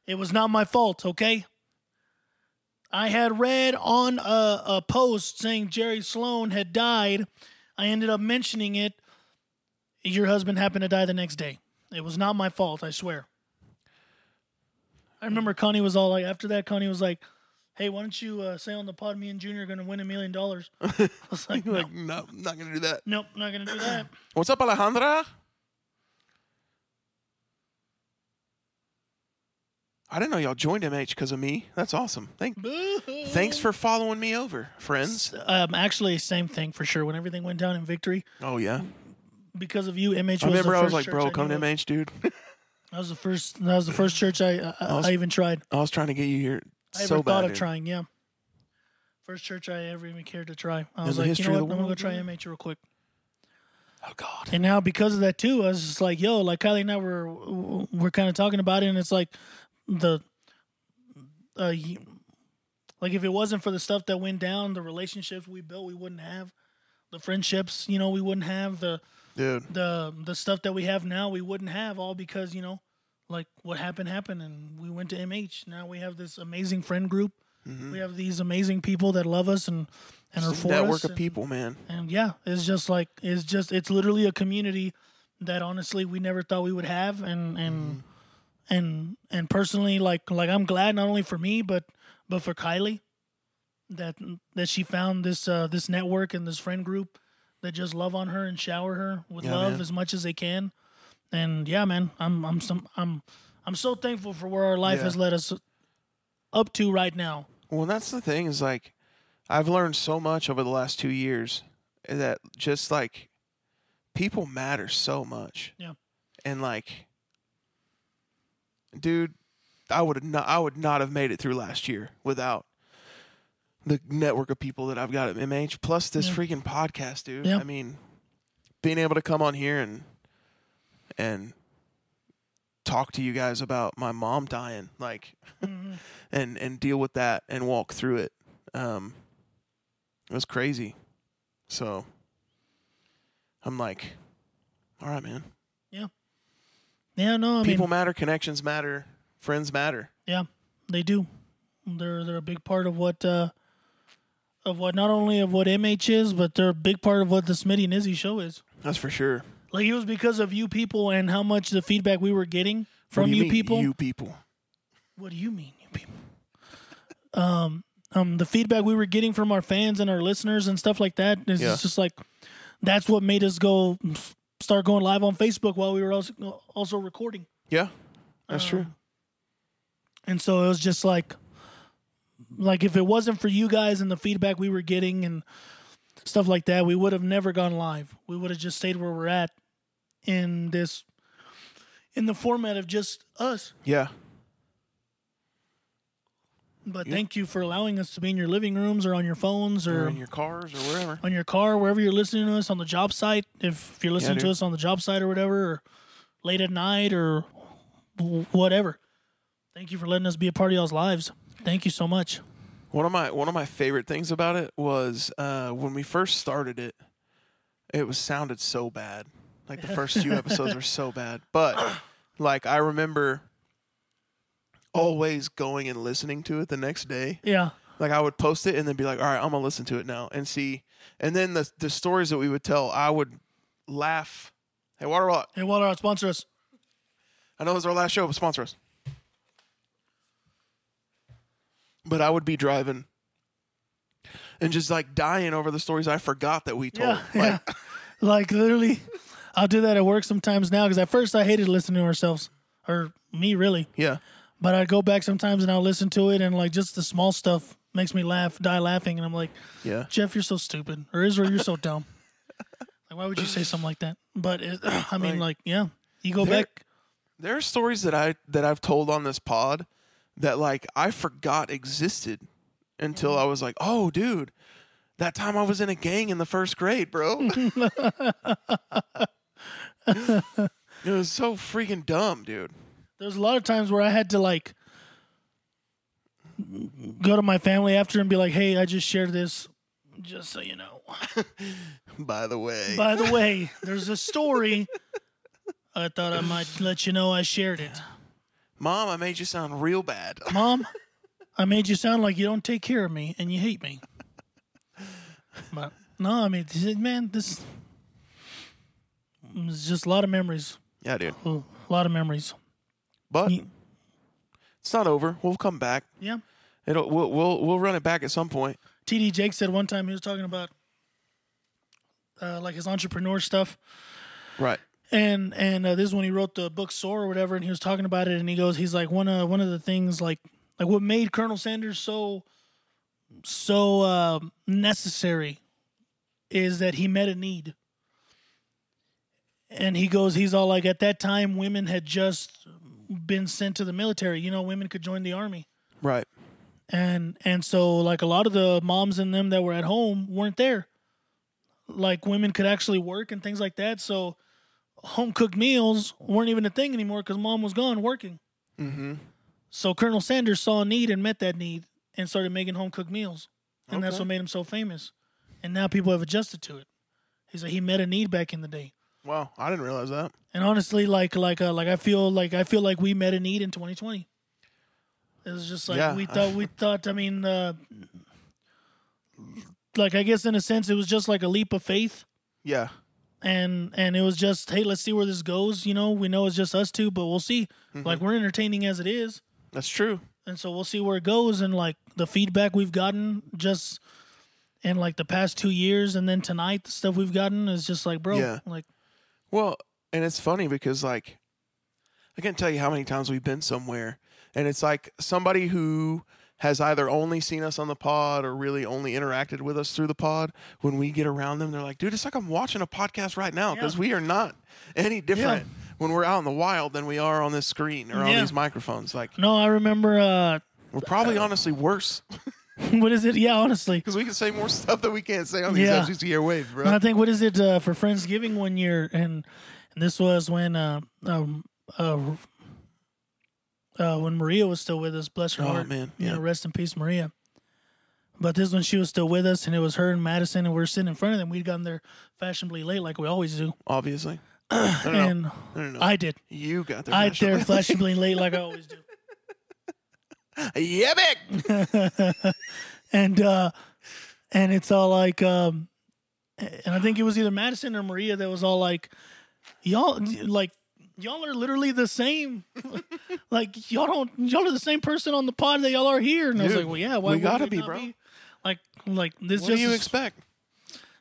Speaker 1: It was not my fault, okay? I had read on a, a post saying Jerry Sloan had died. I ended up mentioning it. Your husband happened to die the next day. It was not my fault, I swear. I remember Connie was all like, after that, Connie was like, hey, why don't you uh, say on the pod, me and Junior are going to win a million dollars? I was like,
Speaker 2: [laughs]
Speaker 1: no,
Speaker 2: like, no, I'm not gonna do that.
Speaker 1: nope, not going to
Speaker 2: [clears throat]
Speaker 1: do that.
Speaker 2: What's up, Alejandra? I didn't know y'all joined MH because of me. That's awesome. Thank,
Speaker 1: Boo-hoo.
Speaker 2: thanks for following me over, friends.
Speaker 1: Um, actually, same thing for sure. When everything went down in victory,
Speaker 2: Oh yeah,
Speaker 1: because of you, MH was
Speaker 2: I
Speaker 1: the
Speaker 2: remember.
Speaker 1: first
Speaker 2: I was like,
Speaker 1: church
Speaker 2: "Bro,
Speaker 1: I
Speaker 2: come to
Speaker 1: knew of.
Speaker 2: MH, dude." [laughs]
Speaker 1: That was the first. That was the first church I I, I,
Speaker 2: was-
Speaker 1: I even tried.
Speaker 2: I was trying to get you here
Speaker 1: I
Speaker 2: so
Speaker 1: ever
Speaker 2: bad.
Speaker 1: thought of
Speaker 2: dude.
Speaker 1: trying. Yeah, first church I ever even cared to try. I
Speaker 2: In
Speaker 1: was
Speaker 2: the
Speaker 1: like, you
Speaker 2: history
Speaker 1: know
Speaker 2: of
Speaker 1: what,
Speaker 2: the
Speaker 1: I'm gonna go
Speaker 2: world,
Speaker 1: try
Speaker 2: man.
Speaker 1: MH real quick.
Speaker 2: Oh God.
Speaker 1: And now because of that too, I was just like, yo, like Kylie and I were we're kind of talking about it, and it's like the uh, y- Like if it wasn't for the stuff that went down, the relationships we built, we wouldn't have the friendships. You know, we wouldn't have the
Speaker 2: dude.
Speaker 1: the the stuff that we have now. We wouldn't have all because you know, like what happened happened, and we went to MH. Now we have this amazing friend group.
Speaker 2: Mm-hmm.
Speaker 1: We have these amazing people that love us and and are for
Speaker 2: Network
Speaker 1: us.
Speaker 2: of
Speaker 1: and-
Speaker 2: people, man.
Speaker 1: and yeah, it's just like it's just it's literally a community that honestly we never thought we would have and and
Speaker 2: Mm-hmm.
Speaker 1: and and personally like like I'm glad not only for me but but for Kylie that that she found this uh this network and this friend group that just love on her and shower her with
Speaker 2: Yeah,
Speaker 1: love
Speaker 2: man.
Speaker 1: as much as they can. And yeah, man, I'm I'm some I'm I'm so thankful for where our life
Speaker 2: Yeah.
Speaker 1: has led us up to right now.
Speaker 2: Well, and that's the thing is like, I've learned so much over the last two years that just like, people matter so much.
Speaker 1: Yeah.
Speaker 2: And like, dude, I would not, I would not have made it through last year without the network of people that I've got at MH plus this
Speaker 1: Yeah.
Speaker 2: freaking podcast, dude.
Speaker 1: Yeah.
Speaker 2: I mean, being able to come on here and and talk to you guys about my mom dying, like
Speaker 1: Mhm.
Speaker 2: and and deal with that and walk through it. Um, it was crazy. So I'm like, all right, man.
Speaker 1: Yeah, no, I mean
Speaker 2: People matter, connections matter, friends matter.
Speaker 1: Yeah, they do. They're they're a big part of what uh, of what not only of what MH is, but they're a big part of what the Smitty and Izzy show is.
Speaker 2: That's for sure.
Speaker 1: Like it was because of you people and how much the feedback we were getting
Speaker 2: What
Speaker 1: from
Speaker 2: do
Speaker 1: you,
Speaker 2: mean,
Speaker 1: people.
Speaker 2: you people.
Speaker 1: What do you mean, you people? Um, um, the feedback we were getting from our fans and our listeners and stuff like that is
Speaker 2: Yeah.
Speaker 1: it's just like that's what made us go start going live on Facebook while we were also also recording.
Speaker 2: Yeah, that's
Speaker 1: Uh,
Speaker 2: true.
Speaker 1: And so it was just like like if it wasn't for you guys and the feedback we were getting and stuff like that, we would have never gone live. We would have just stayed where we're at in this in the format of just us.
Speaker 2: Yeah,
Speaker 1: But
Speaker 2: Yeah.
Speaker 1: thank you for allowing us to be in your living rooms or on your phones
Speaker 2: or
Speaker 1: or
Speaker 2: in your cars or wherever.
Speaker 1: on your car, wherever you're listening to us on the job site, if, if you're listening to
Speaker 2: dude.
Speaker 1: us on the job site or whatever, or late at night or w- whatever. Thank you for letting us be a part of y'all's lives. Thank you so much.
Speaker 2: One of my one of my favorite things about it was uh, when we first started it. It was sounded so bad. Like the first few episodes were so bad, but like I remember always going and listening to it the next day.
Speaker 1: Yeah.
Speaker 2: Like I would post it and then be like, "All right, I'm gonna listen to it now and see." And then the the stories that we would tell, I would laugh. Hey, Waterlot,
Speaker 1: Hey, Water Out, sponsor us.
Speaker 2: I know this is our last show, but sponsor us. But I would be driving and just like dying over the stories I forgot that we told.
Speaker 1: Yeah, [laughs]
Speaker 2: like,
Speaker 1: yeah. Like literally, I'll do that at work sometimes now because at first I hated listening to ourselves or me really,
Speaker 2: yeah.
Speaker 1: but I go back sometimes and I'll listen to it and like just the small stuff makes me laugh, die laughing, and I'm like,
Speaker 2: Yeah.
Speaker 1: Jeff, you're so stupid, or Israel, you're so dumb. [laughs] Like, why would you say something like that? But it, [clears throat] I mean, like, yeah, you go
Speaker 2: There-
Speaker 1: back.
Speaker 2: There are stories that I that I've told on this pod that like I forgot existed
Speaker 1: Mm-hmm.
Speaker 2: until I was like, "Oh, dude, that time I was in a gang in the first grade,
Speaker 1: [laughs]
Speaker 2: bro." it was so freaking dumb, dude.
Speaker 1: There's a lot of times where I had to like go to my family after and be like, hey, I just shared this, just so you know.
Speaker 2: By the way,
Speaker 1: By the way, there's a story. I thought I might let you know I shared it.
Speaker 2: mom, I made you sound real bad.
Speaker 1: Mom, I made you sound like you don't take care of me and you hate me. But no, I mean, this is- man, this it's just a lot of memories. Oh,
Speaker 2: yeah, dude.
Speaker 1: A lot of memories.
Speaker 2: But
Speaker 1: Ye-
Speaker 2: it's not over. We'll come back.
Speaker 1: Yeah.
Speaker 2: It'll we'll we'll, we'll run it back at some point.
Speaker 1: TD Jake said one time he was talking about uh, like his entrepreneur stuff.
Speaker 2: Right.
Speaker 1: and and uh, this is when he wrote the book Soar or whatever, and he was talking about it, and he goes, he's like one of one of the things like like what made Colonel Sanders so so uh, necessary is that he met a need, and he goes, he's all like at that time women had just been sent to the military, you know, women could join the army,
Speaker 2: Right.
Speaker 1: and and so like a lot of the moms and them that were at home weren't there like women could actually work and things like that so home cooked meals weren't even a thing anymore because mom was gone working
Speaker 2: Mm-hmm.
Speaker 1: so colonel sanders saw a need and met that need and started making home cooked meals, and that's
Speaker 2: Okay.
Speaker 1: what made him so famous. And now people have adjusted to it. He's like he met a need back in the day.
Speaker 2: Wow, I didn't realize that.
Speaker 1: And honestly, like like uh, like I feel like I feel like we met a need in 2020. It was just like
Speaker 2: Yeah.
Speaker 1: we thought we thought. I mean, uh, like I guess in a sense, it was just like a leap of faith,
Speaker 2: Yeah.
Speaker 1: and and it was just hey, let's see where this goes. You know, we know it's just us two, but we'll see.
Speaker 2: Mm-hmm.
Speaker 1: Like we're entertaining as it is,
Speaker 2: That's true.
Speaker 1: and so we'll see where it goes. And like the feedback we've gotten just in like the past two years, and then tonight the stuff we've gotten is just like bro,
Speaker 2: Yeah.
Speaker 1: like
Speaker 2: Well, and it's funny because like I can't tell you how many times we've been somewhere and it's like somebody who has either only seen us on the pod or really only interacted with us through the pod when we get around them they're like dude it's like I'm watching a podcast right now because
Speaker 1: Yeah.
Speaker 2: we are not any different when we're out in the wild than we are on this screen or on
Speaker 1: Yeah.
Speaker 2: these microphones like
Speaker 1: no, I remember. uh [laughs]
Speaker 2: we're probably honestly worse [laughs]
Speaker 1: what is it? Yeah, honestly.
Speaker 2: because we can say more stuff that we can't say on these
Speaker 1: Yeah.
Speaker 2: FCC airwaves bro
Speaker 1: And I think what is it uh, for Friendsgiving one year, and, and this was when uh, um, uh, uh, when Maria was still with us. Bless her
Speaker 2: Oh,
Speaker 1: heart,
Speaker 2: man,
Speaker 1: You
Speaker 2: yeah.
Speaker 1: know, rest in peace, Maria. But this one, she was still with us, and it was her and Madison, and we were sitting in front of them. We'd gotten there fashionably late, like we always do,
Speaker 2: obviously [laughs] I don't know.
Speaker 1: and
Speaker 2: I don't know.
Speaker 1: I did.
Speaker 2: you got there [laughs]
Speaker 1: I
Speaker 2: Nashville.
Speaker 1: there fashionably late, like I always do.
Speaker 2: yeah
Speaker 1: [laughs]
Speaker 2: Mick!
Speaker 1: and uh and it's all like um and i think it was either madison or maria that was all like y'all like y'all are literally the same [laughs] like y'all don't y'all are the same person on the pod that y'all are here and i was
Speaker 2: Dude,
Speaker 1: like well yeah why
Speaker 2: we
Speaker 1: would
Speaker 2: gotta
Speaker 1: it
Speaker 2: be,
Speaker 1: not
Speaker 2: bro.
Speaker 1: like like this
Speaker 2: What
Speaker 1: just
Speaker 2: do you
Speaker 1: is-
Speaker 2: expect?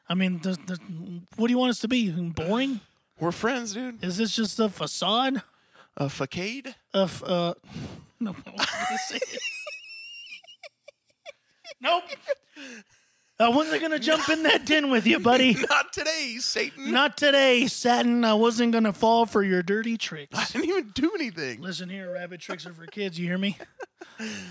Speaker 1: i mean there's, there's, what do you want us to be boring
Speaker 2: We're friends, dude.
Speaker 1: is this just a facade
Speaker 2: A facade? [laughs]
Speaker 1: of uh [laughs] no I wasn't gonna say it. nope i wasn't gonna jump in that den with you buddy
Speaker 2: Not today, Satan.
Speaker 1: not today satin i wasn't gonna fall for your
Speaker 2: [laughs]
Speaker 1: dirty
Speaker 2: I
Speaker 1: tricks
Speaker 2: didn't even do anything.
Speaker 1: listen here rabbit tricks are for kids you hear me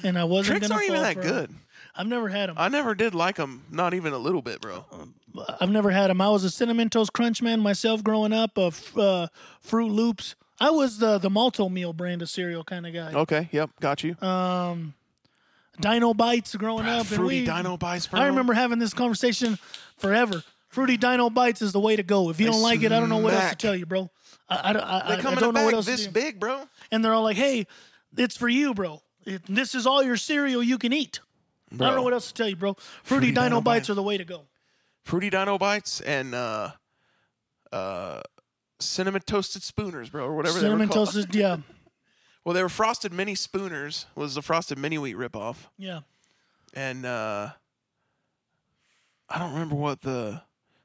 Speaker 1: and i wasn't
Speaker 2: Tricks
Speaker 1: gonna
Speaker 2: aren't
Speaker 1: fall
Speaker 2: even that
Speaker 1: for 'em.
Speaker 2: good.
Speaker 1: i've never had them
Speaker 2: I never did like them, not even a little bit, bro.
Speaker 1: Uh-uh. i've never had them i was a cinnamon toast crunch man myself growing up of uh, fruit loops i was the the malto meal brand of cereal kind of guy
Speaker 2: Okay, yep, got you.
Speaker 1: Uh, dino bites growing up and
Speaker 2: Fruity
Speaker 1: we-
Speaker 2: Dino Bites, bro.
Speaker 1: I remember having this conversation forever. Fruity Dino Bites is the way to go. If you don't like it, I don't know what else to
Speaker 2: smack.
Speaker 1: tell you, bro. I, I, I- I-
Speaker 2: They come
Speaker 1: I
Speaker 2: in a
Speaker 1: don't know what
Speaker 2: bag
Speaker 1: else
Speaker 2: this
Speaker 1: to do.
Speaker 2: big, bro.
Speaker 1: And they're all like, "Hey, it's for you, bro. It, this is all your cereal you can eat." I don't know
Speaker 2: Bro.
Speaker 1: what else to tell you, bro. Fruity, Dino,
Speaker 2: Dino
Speaker 1: Bites
Speaker 2: Bites.
Speaker 1: are the way to go.
Speaker 2: Fruity Dino Bites and uh, uh, cinnamon toasted spooners, bro, or whatever
Speaker 1: Cinnamon
Speaker 2: they were called.
Speaker 1: toasted, yeah,
Speaker 2: Well, they were frosted mini spooners. Was the frosted mini wheat ripoff?
Speaker 1: yeah.
Speaker 2: and uh I don't remember what the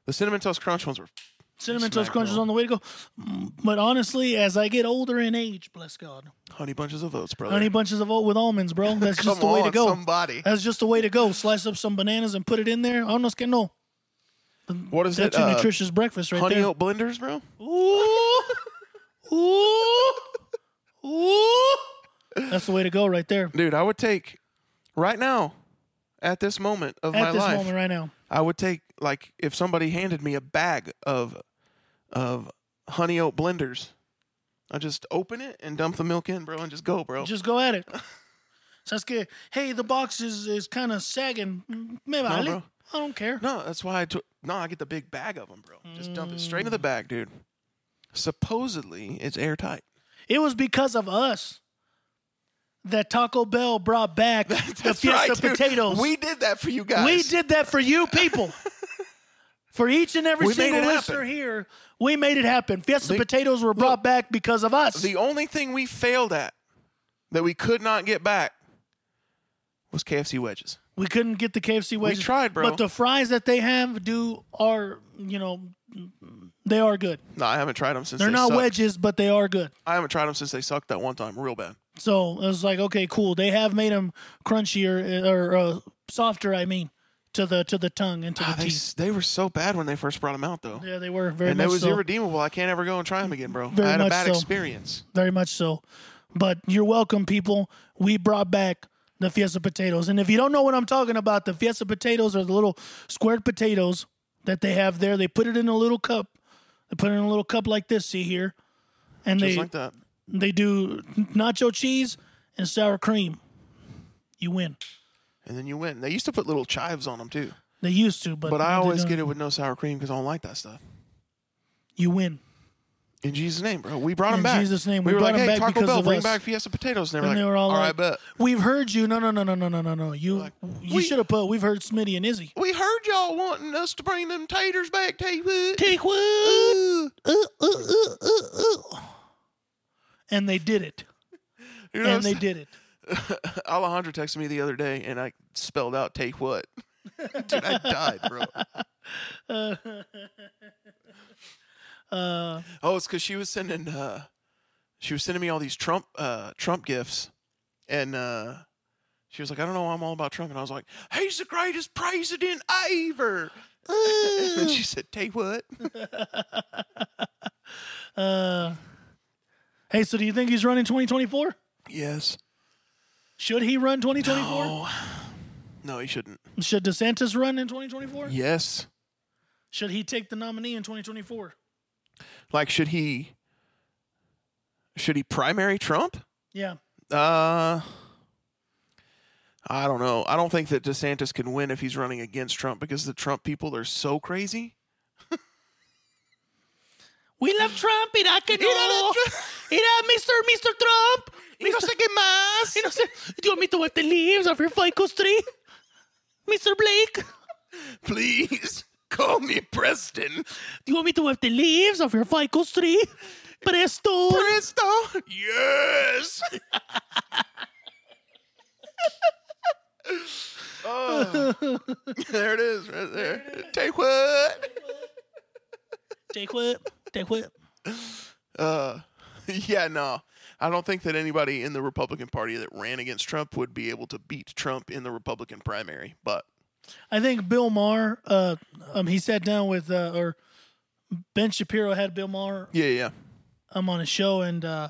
Speaker 2: the cinnamon toast crunch ones were.
Speaker 1: Cinnamon toast
Speaker 2: Smack
Speaker 1: crunch is
Speaker 2: roll.
Speaker 1: on the way to go. Mm, But honestly, as I get older in age, bless God,
Speaker 2: Honey bunches of oats, brother.
Speaker 1: honey bunches of oat with almonds, bro. That's
Speaker 2: [laughs] Come
Speaker 1: just the way to
Speaker 2: on,
Speaker 1: go.
Speaker 2: somebody.
Speaker 1: That's just the way to go. Slice up some bananas and put it in there. Almost que no.
Speaker 2: What is
Speaker 1: That's
Speaker 2: it?
Speaker 1: a
Speaker 2: Uh,
Speaker 1: nutritious breakfast right
Speaker 2: honey
Speaker 1: there.
Speaker 2: oat blenders,
Speaker 1: [laughs]
Speaker 2: bro.
Speaker 1: Ooh, ooh, ooh. That's the way to go right there.
Speaker 2: Dude, I would take right now at this moment of my
Speaker 1: At this
Speaker 2: life.
Speaker 1: moment right now.
Speaker 2: I would take like if somebody handed me a bag of of honey oat blenders. I just open it and dump the milk in, bro, and just go, bro.
Speaker 1: Just go at it. Sasuke, hey, the box is, is kind of sagging. Me vale.
Speaker 2: bro.
Speaker 1: I don't care.
Speaker 2: No, that's why I took. No, I get the big bag of them, bro. Just dump it straight into
Speaker 1: Mm.
Speaker 2: the bag, dude. Supposedly, it's
Speaker 1: [laughs]
Speaker 2: airtight.
Speaker 1: It was because of us that Taco Bell
Speaker 2: [laughs]
Speaker 1: brought back the Fiesta
Speaker 2: dude.
Speaker 1: potatoes.
Speaker 2: We did that for you guys.
Speaker 1: We did that for you
Speaker 2: [laughs]
Speaker 1: people. for each and every
Speaker 2: We made
Speaker 1: single
Speaker 2: it
Speaker 1: listener
Speaker 2: happen.
Speaker 1: here, we made it happen. Fiesta potatoes were brought back because of us.
Speaker 2: The only thing we failed at that we could not get back was KFC wedges.
Speaker 1: we couldn't get the KFC wedges.
Speaker 2: tried, bro.
Speaker 1: But the fries that they have do are, you know, they are good.
Speaker 2: No, I haven't tried them since
Speaker 1: They're
Speaker 2: they
Speaker 1: not
Speaker 2: sucked.
Speaker 1: wedges, but they are good.
Speaker 2: I haven't tried them since they sucked that one time, real bad.
Speaker 1: So it was like, okay, cool. They have made them crunchier uh, or uh, softer. I mean, to the to the tongue and to
Speaker 2: Ah,
Speaker 1: the
Speaker 2: they,
Speaker 1: teeth.
Speaker 2: s- they were so bad when they first brought them out, though.
Speaker 1: Yeah, they were very
Speaker 2: and
Speaker 1: much
Speaker 2: that was
Speaker 1: so.
Speaker 2: irredeemable. I can't ever go and try them again, bro.
Speaker 1: Very
Speaker 2: I had a
Speaker 1: much
Speaker 2: bad
Speaker 1: so.
Speaker 2: experience.
Speaker 1: very much so. But you're welcome, people. We brought back the Fiesta potatoes, and if you don't know what I'm talking about, the Fiesta potatoes are the little squared potatoes that they have there. They put it in a little cup. They put it in a little cup like this. See here, and
Speaker 2: Just
Speaker 1: they
Speaker 2: like that.
Speaker 1: they do nacho cheese and sour cream. You win.
Speaker 2: and then you win. They used to put little chives on them too,
Speaker 1: They used to, but
Speaker 2: but I
Speaker 1: now they
Speaker 2: always
Speaker 1: don't.
Speaker 2: get it with no sour cream because I don't like that stuff.
Speaker 1: You win.
Speaker 2: In Jesus' name, bro, we brought
Speaker 1: In
Speaker 2: them back.
Speaker 1: Jesus' name,
Speaker 2: we,
Speaker 1: we
Speaker 2: were
Speaker 1: brought
Speaker 2: like,
Speaker 1: 'em
Speaker 2: hey, Taco
Speaker 1: back because
Speaker 2: Bell,
Speaker 1: of
Speaker 2: bring
Speaker 1: us."
Speaker 2: back Fiesta potatoes, and they were
Speaker 1: And
Speaker 2: like,
Speaker 1: they were all
Speaker 2: right,
Speaker 1: like-
Speaker 2: bet."
Speaker 1: We've heard you. No, no, no, no, no, no, no, no. You
Speaker 2: Like,
Speaker 1: you
Speaker 2: we-
Speaker 1: should have put. We've heard Smitty and Izzy.
Speaker 2: We heard y'all wanting us to bring them taters back. Tell you what.
Speaker 1: Take one.
Speaker 2: Ooh.
Speaker 1: And they did it.
Speaker 2: You know
Speaker 1: and they did it.
Speaker 2: did. Alejandro texted me the other day, and I spelled out "take what." [laughs] Dude, I died, bro.
Speaker 1: Uh,
Speaker 2: Oh, it's because she was sending, uh, she was sending me all these Trump, uh, Trump gifts, and uh, she was like, "I don't know, why I'm all about Trump," and I was like, "He's the greatest president ever." [laughs] and then she said, "Take what?"
Speaker 1: uh, hey, so do you think he's running 2024?
Speaker 2: yes. Oh,
Speaker 1: Should he run 2024?
Speaker 2: No, he shouldn't.
Speaker 1: Should DeSantis run in 2024?
Speaker 2: Yes.
Speaker 1: Should he take the nominee in 2024?
Speaker 2: Like, should he? Should he primary Trump?
Speaker 1: Yeah.
Speaker 2: Uh, I don't know. I don't think that DeSantis can win if he's running against Trump because the Trump people are so crazy.
Speaker 1: We love Trump, y da que no. Mira, Mr. Mr. Trump. Mr. Y no sé, do you want me to wipe the leaves off your ficus tree? Mr. Blake,
Speaker 2: Please [laughs] call me Preston.
Speaker 1: do you want me to wipe the leaves off your ficus tree? Presto.
Speaker 2: Preston? Yes. [laughs] oh, there it is, right there. Take what?
Speaker 1: Take what? Take what?
Speaker 2: Uh, yeah, no. I don't think that anybody in the Republican Party that ran against Trump would be able to beat Trump in the Republican primary. But
Speaker 1: I think Bill Maher, uh, um, he sat down with, uh, or Ben Shapiro had Bill Maher
Speaker 2: yeah, yeah.
Speaker 1: um, on his show, and uh,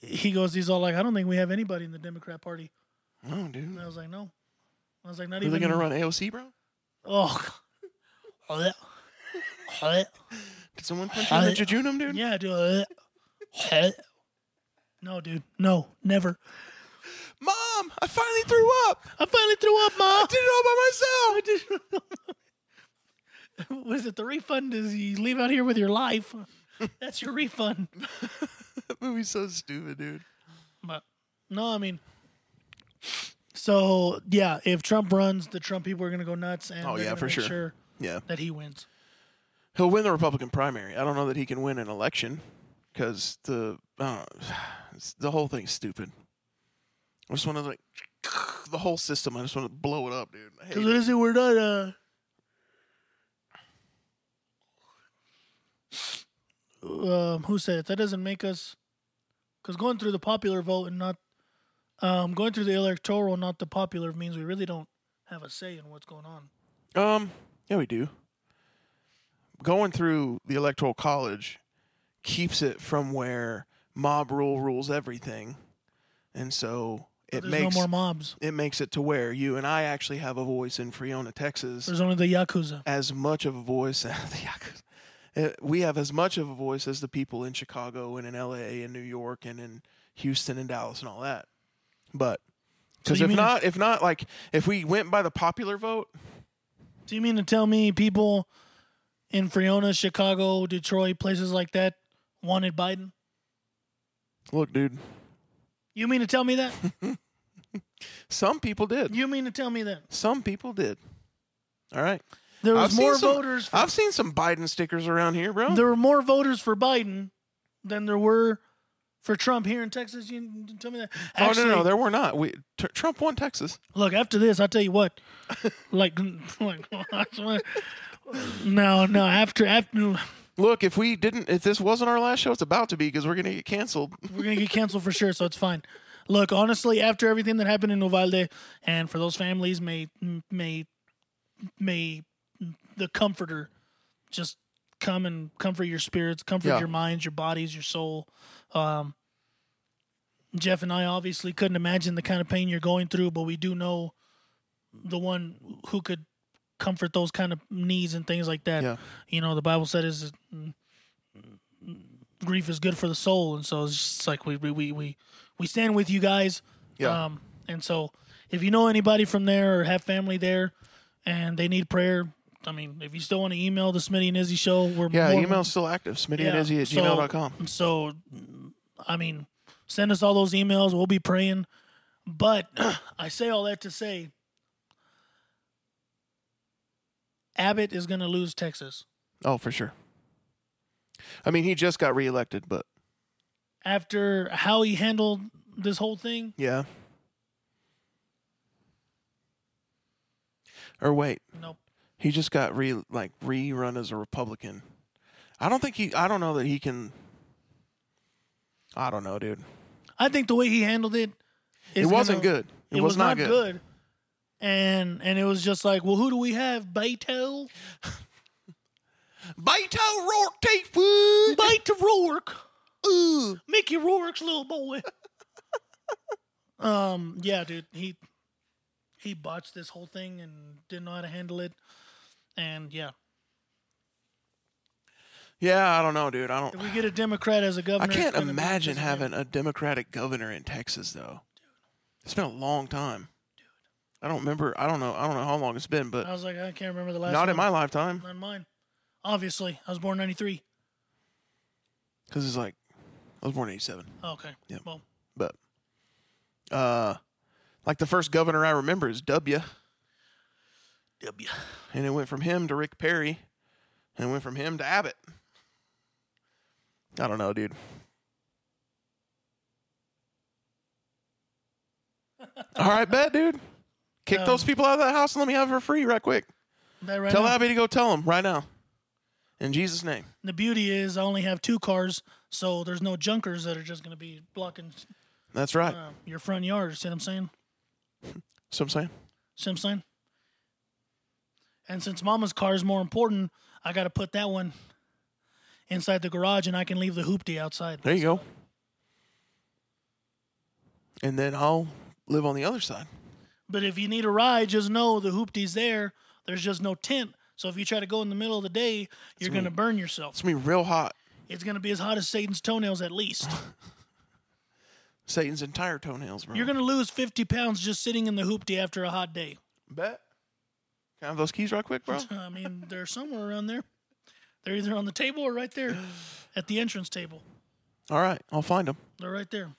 Speaker 1: he goes, he's all like, I don't think we have anybody in the Democrat Party.
Speaker 2: Oh, dude.
Speaker 1: And I was like, no. I was like, not
Speaker 2: Are they
Speaker 1: even.
Speaker 2: going to run AOC, bro?
Speaker 1: Oh. God.
Speaker 2: Did someone punch you in the
Speaker 1: I-
Speaker 2: jejunum, dude?
Speaker 1: yeah, dude. No, dude. No, never.
Speaker 2: Mom, I finally threw up.
Speaker 1: I finally threw up,
Speaker 2: I did it all by myself.
Speaker 1: Ma. [laughs] What is it? The refund is you leave out here with your life. That's your refund.
Speaker 2: [laughs] that movie's so stupid, dude.
Speaker 1: But no, I mean, so yeah, if Trump runs, the Trump people are gonna go nuts, and
Speaker 2: Oh,
Speaker 1: they're
Speaker 2: yeah,
Speaker 1: gonna
Speaker 2: for
Speaker 1: make
Speaker 2: sure.
Speaker 1: sure.
Speaker 2: Yeah.
Speaker 1: that he wins.
Speaker 2: He'll win the Republican primary. I don't know that he can win an election because the, I don't know, [sighs] it's- the whole thing's stupid. I just want to, like, [sniffs] the whole system. I just want to blow it up, dude. I hate
Speaker 1: Because
Speaker 2: it.
Speaker 1: we're not. Uh, um, who said it? That doesn't make us. Because going through the popular vote and not, um, going through the electoral, not the popular, means we really don't have a say in what's going on.
Speaker 2: Um, yeah, we do. Going through the electoral college keeps it from where mob rule rules everything, and so it
Speaker 1: There's
Speaker 2: makes
Speaker 1: no more mobs.
Speaker 2: it makes it to where you and I actually have a voice in Friona, Texas,
Speaker 1: There's only the yakuza.
Speaker 2: as much of a voice [laughs] as the Yakuza. Uh, We have as much of a voice as the people in Chicago and in L.A. and New York and in Houston and Dallas and all that. But because
Speaker 1: you
Speaker 2: if
Speaker 1: mean-
Speaker 2: not, if not, like if we went by the popular vote,
Speaker 1: Do you mean to tell me people in Friona, Chicago, Detroit, places like that, wanted Biden?
Speaker 2: look, dude.
Speaker 1: You mean to
Speaker 2: [laughs]
Speaker 1: tell me that?
Speaker 2: Some people did.
Speaker 1: you mean to tell me that
Speaker 2: Some people did. All right.
Speaker 1: there was
Speaker 2: I've seen
Speaker 1: more
Speaker 2: some-
Speaker 1: voters? for
Speaker 2: I've seen some Biden stickers around here, bro.
Speaker 1: there were more voters for Biden than there were for Trump here in Texas. You didn't tell me that.
Speaker 2: oh no, no, there were not. We t- Trump won Texas.
Speaker 1: Look, after this, I'll tell
Speaker 2: [laughs]
Speaker 1: you what. Like, [laughs] like no, no. After after
Speaker 2: Look, if we didn't, if this wasn't our last show, it's about to be because we're gonna get canceled. [laughs]
Speaker 1: we're gonna get canceled for sure, so it's fine. Look, honestly, after everything that happened in Uvalde, and for those families, may may may the comforter just come and comfort your spirits, comfort
Speaker 2: Yeah.
Speaker 1: your minds, your bodies, your soul. Um, Jeff and I obviously couldn't imagine the kind of pain you're going through, but we do know the one who could comfort those kind of needs and things like that.
Speaker 2: Yeah.
Speaker 1: You know, the Bible said is mm, grief is good for the soul, and so it's just like we we we we, we stand with you guys.
Speaker 2: Yeah.
Speaker 1: Um, and so if you know anybody from there or have family there and they need prayer, I mean, if you still want to email the Smitty and Izzy show, we're
Speaker 2: Yeah,
Speaker 1: more,
Speaker 2: email's still active. Smitty and Izzy at
Speaker 1: so-
Speaker 2: gmail.com.
Speaker 1: So, I mean, send us all those emails. We'll be praying. But [clears throat] I say all that to say Abbott is going to lose Texas
Speaker 2: Oh, for sure. I mean, he just got reelected, but
Speaker 1: after how he handled this whole thing.
Speaker 2: yeah. Or wait,
Speaker 1: Nope.
Speaker 2: he just got re like rerun as a Republican. I don't think he. I don't know that he can. I don't know, dude.
Speaker 1: I think the way he handled it,
Speaker 2: It
Speaker 1: is
Speaker 2: wasn't
Speaker 1: gonna-
Speaker 2: good. It, was, not, good.
Speaker 1: And and it was just like, well, who do we have? Beto,
Speaker 2: Beto Rourke Teeth.
Speaker 1: Beto Rourke,
Speaker 2: Ooh.
Speaker 1: Mickey Rourke's little boy. [laughs] um, yeah, dude, he he botched this whole thing and didn't know how to handle it. And yeah,
Speaker 2: Yeah, I don't know, dude. I don't.
Speaker 1: if we get a Democrat as a
Speaker 2: I
Speaker 1: governor, it's
Speaker 2: can't
Speaker 1: gonna be
Speaker 2: imagine
Speaker 1: just-
Speaker 2: having a Democratic governor in Texas though. It's been a long time. I don't remember. I don't know. I don't know how long it's been,
Speaker 1: I
Speaker 2: but
Speaker 1: was like, I can't remember the last.
Speaker 2: not in my
Speaker 1: one.
Speaker 2: lifetime.
Speaker 1: Not in mine. Obviously, I was born '93.
Speaker 2: Because it's like I was born in '87,
Speaker 1: Oh, Okay.
Speaker 2: Yeah.
Speaker 1: Well,
Speaker 2: but uh, like the first governor I remember is W,
Speaker 1: W.
Speaker 2: and it went from him to Rick Perry, and it went from him to Abbott. I don't know,
Speaker 1: [laughs]
Speaker 2: dude. All right, bet, dude. Kick
Speaker 1: Um,
Speaker 2: those people out of that house and let me have her free right quick.
Speaker 1: That right
Speaker 2: tell
Speaker 1: now.
Speaker 2: Abby to go tell them right now. In Jesus' name.
Speaker 1: The beauty is I only have two cars, so there's no junkers that are just going to be blocking
Speaker 2: That's right.
Speaker 1: uh, your front yard. See what I'm saying?
Speaker 2: So I'm saying.
Speaker 1: See what I'm saying? And since Mama's car is more important, I got to put that one inside the garage, and I can leave the hoopty outside.
Speaker 2: There you go. And then I'll live on the other side.
Speaker 1: But if you need a ride, just know the hoopty's there. There's just no tent. So if you try to go in the middle of the day, you're going to burn yourself.
Speaker 2: It's gonna be real hot.
Speaker 1: It's going to be as hot as Satan's toenails at least.
Speaker 2: Satan's entire toenails, bro.
Speaker 1: you're going to lose 50 pounds just sitting in the hoopty after a hot day.
Speaker 2: bet. Can I have those keys right quick, bro?
Speaker 1: [laughs] I mean, they're somewhere around there. They're either on the table or right there at the entrance table.
Speaker 2: All right, I'll find them.
Speaker 1: They're right there.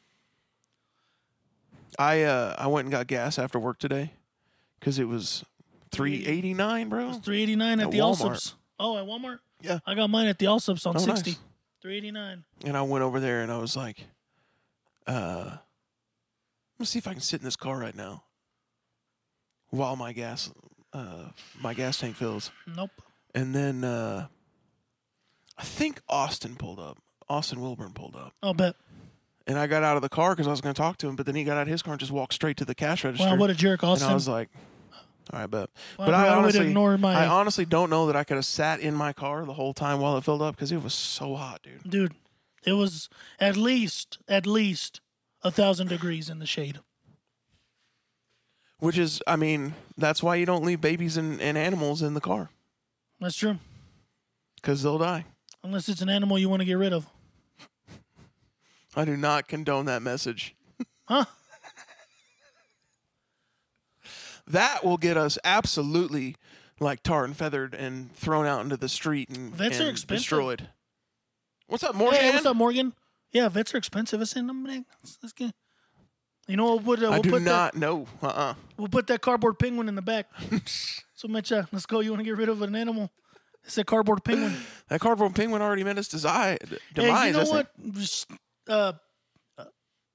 Speaker 2: I uh I went and got gas after work today because it was three eighty nine, bro.
Speaker 1: 389 at,
Speaker 2: At
Speaker 1: the
Speaker 2: Walmart.
Speaker 1: Allsups. Oh, at Walmart?
Speaker 2: Yeah.
Speaker 1: I got mine at the Allsups on
Speaker 2: Oh,
Speaker 1: 60.
Speaker 2: nice.
Speaker 1: 389.
Speaker 2: And I went over there and I was like, uh, let's see if I can sit in this car right now while my gas uh my gas tank fills.
Speaker 1: Nope.
Speaker 2: And then uh, I think Austin pulled up. Austin Wilburn pulled up.
Speaker 1: I'll bet.
Speaker 2: And I got out of the car because I was going to talk to him, but then he got out of his car and just walked straight to the cash register.
Speaker 1: Wow, what a jerk,
Speaker 2: and
Speaker 1: Austin.
Speaker 2: I was like, all right, bet. but
Speaker 1: Wow, bro,
Speaker 2: I
Speaker 1: I would
Speaker 2: honestly,
Speaker 1: ignore my-
Speaker 2: I honestly don't know that I could have sat in my car the whole time while it filled up because it was so hot, dude.
Speaker 1: Dude, it was at least, at least a thousand degrees in the shade.
Speaker 2: Which is, I mean, that's why you don't leave babies and, and animals in the car
Speaker 1: That's true.
Speaker 2: because they'll die.
Speaker 1: Unless it's an animal you want to get rid of.
Speaker 2: I do not condone that message. [laughs]
Speaker 1: Huh?
Speaker 2: That will get us absolutely like tar and feathered and thrown out into the street and,
Speaker 1: Vets are
Speaker 2: and
Speaker 1: expensive.
Speaker 2: destroyed. What's up, Morgan?
Speaker 1: Hey, what's up, Morgan? Yeah, vets are expensive. It's in them. Let's get. You know what? We'll, put, uh,
Speaker 2: I
Speaker 1: we'll
Speaker 2: do
Speaker 1: put that-
Speaker 2: not know. Uh uh
Speaker 1: We'll put that cardboard penguin in the back. [laughs] so, Mitch, uh, let's go. You want to get rid of an animal? It's a cardboard penguin.
Speaker 2: That cardboard penguin already meant its desi- d-
Speaker 1: Hey,
Speaker 2: demise.
Speaker 1: you know
Speaker 2: that's it.
Speaker 1: what? Just, Uh,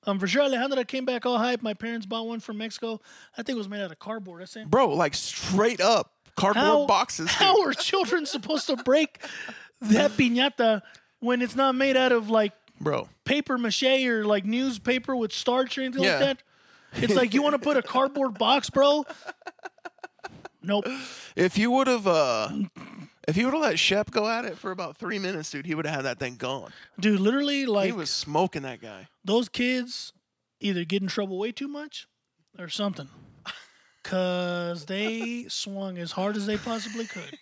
Speaker 1: um, for sure, Alejandra came back all hype. My parents bought one from Mexico. I think it was made out of cardboard. I say,
Speaker 2: Bro, like straight up cardboard boxes. dude.
Speaker 1: [laughs] How are children supposed to break
Speaker 2: [laughs]
Speaker 1: that piñata when it's not made out of like
Speaker 2: Bro,
Speaker 1: paper mache or like newspaper with starch or anything
Speaker 2: Yeah.
Speaker 1: like that? It's like you want to put a cardboard box, bro. Nope.
Speaker 2: if you would have uh if you would have let Shep go at it for about three minutes, dude, he would have had that thing gone.
Speaker 1: Dude, literally, like
Speaker 2: he was smoking that guy.
Speaker 1: those kids either get in trouble way too much or something because
Speaker 2: [laughs]
Speaker 1: they swung as hard as they possibly could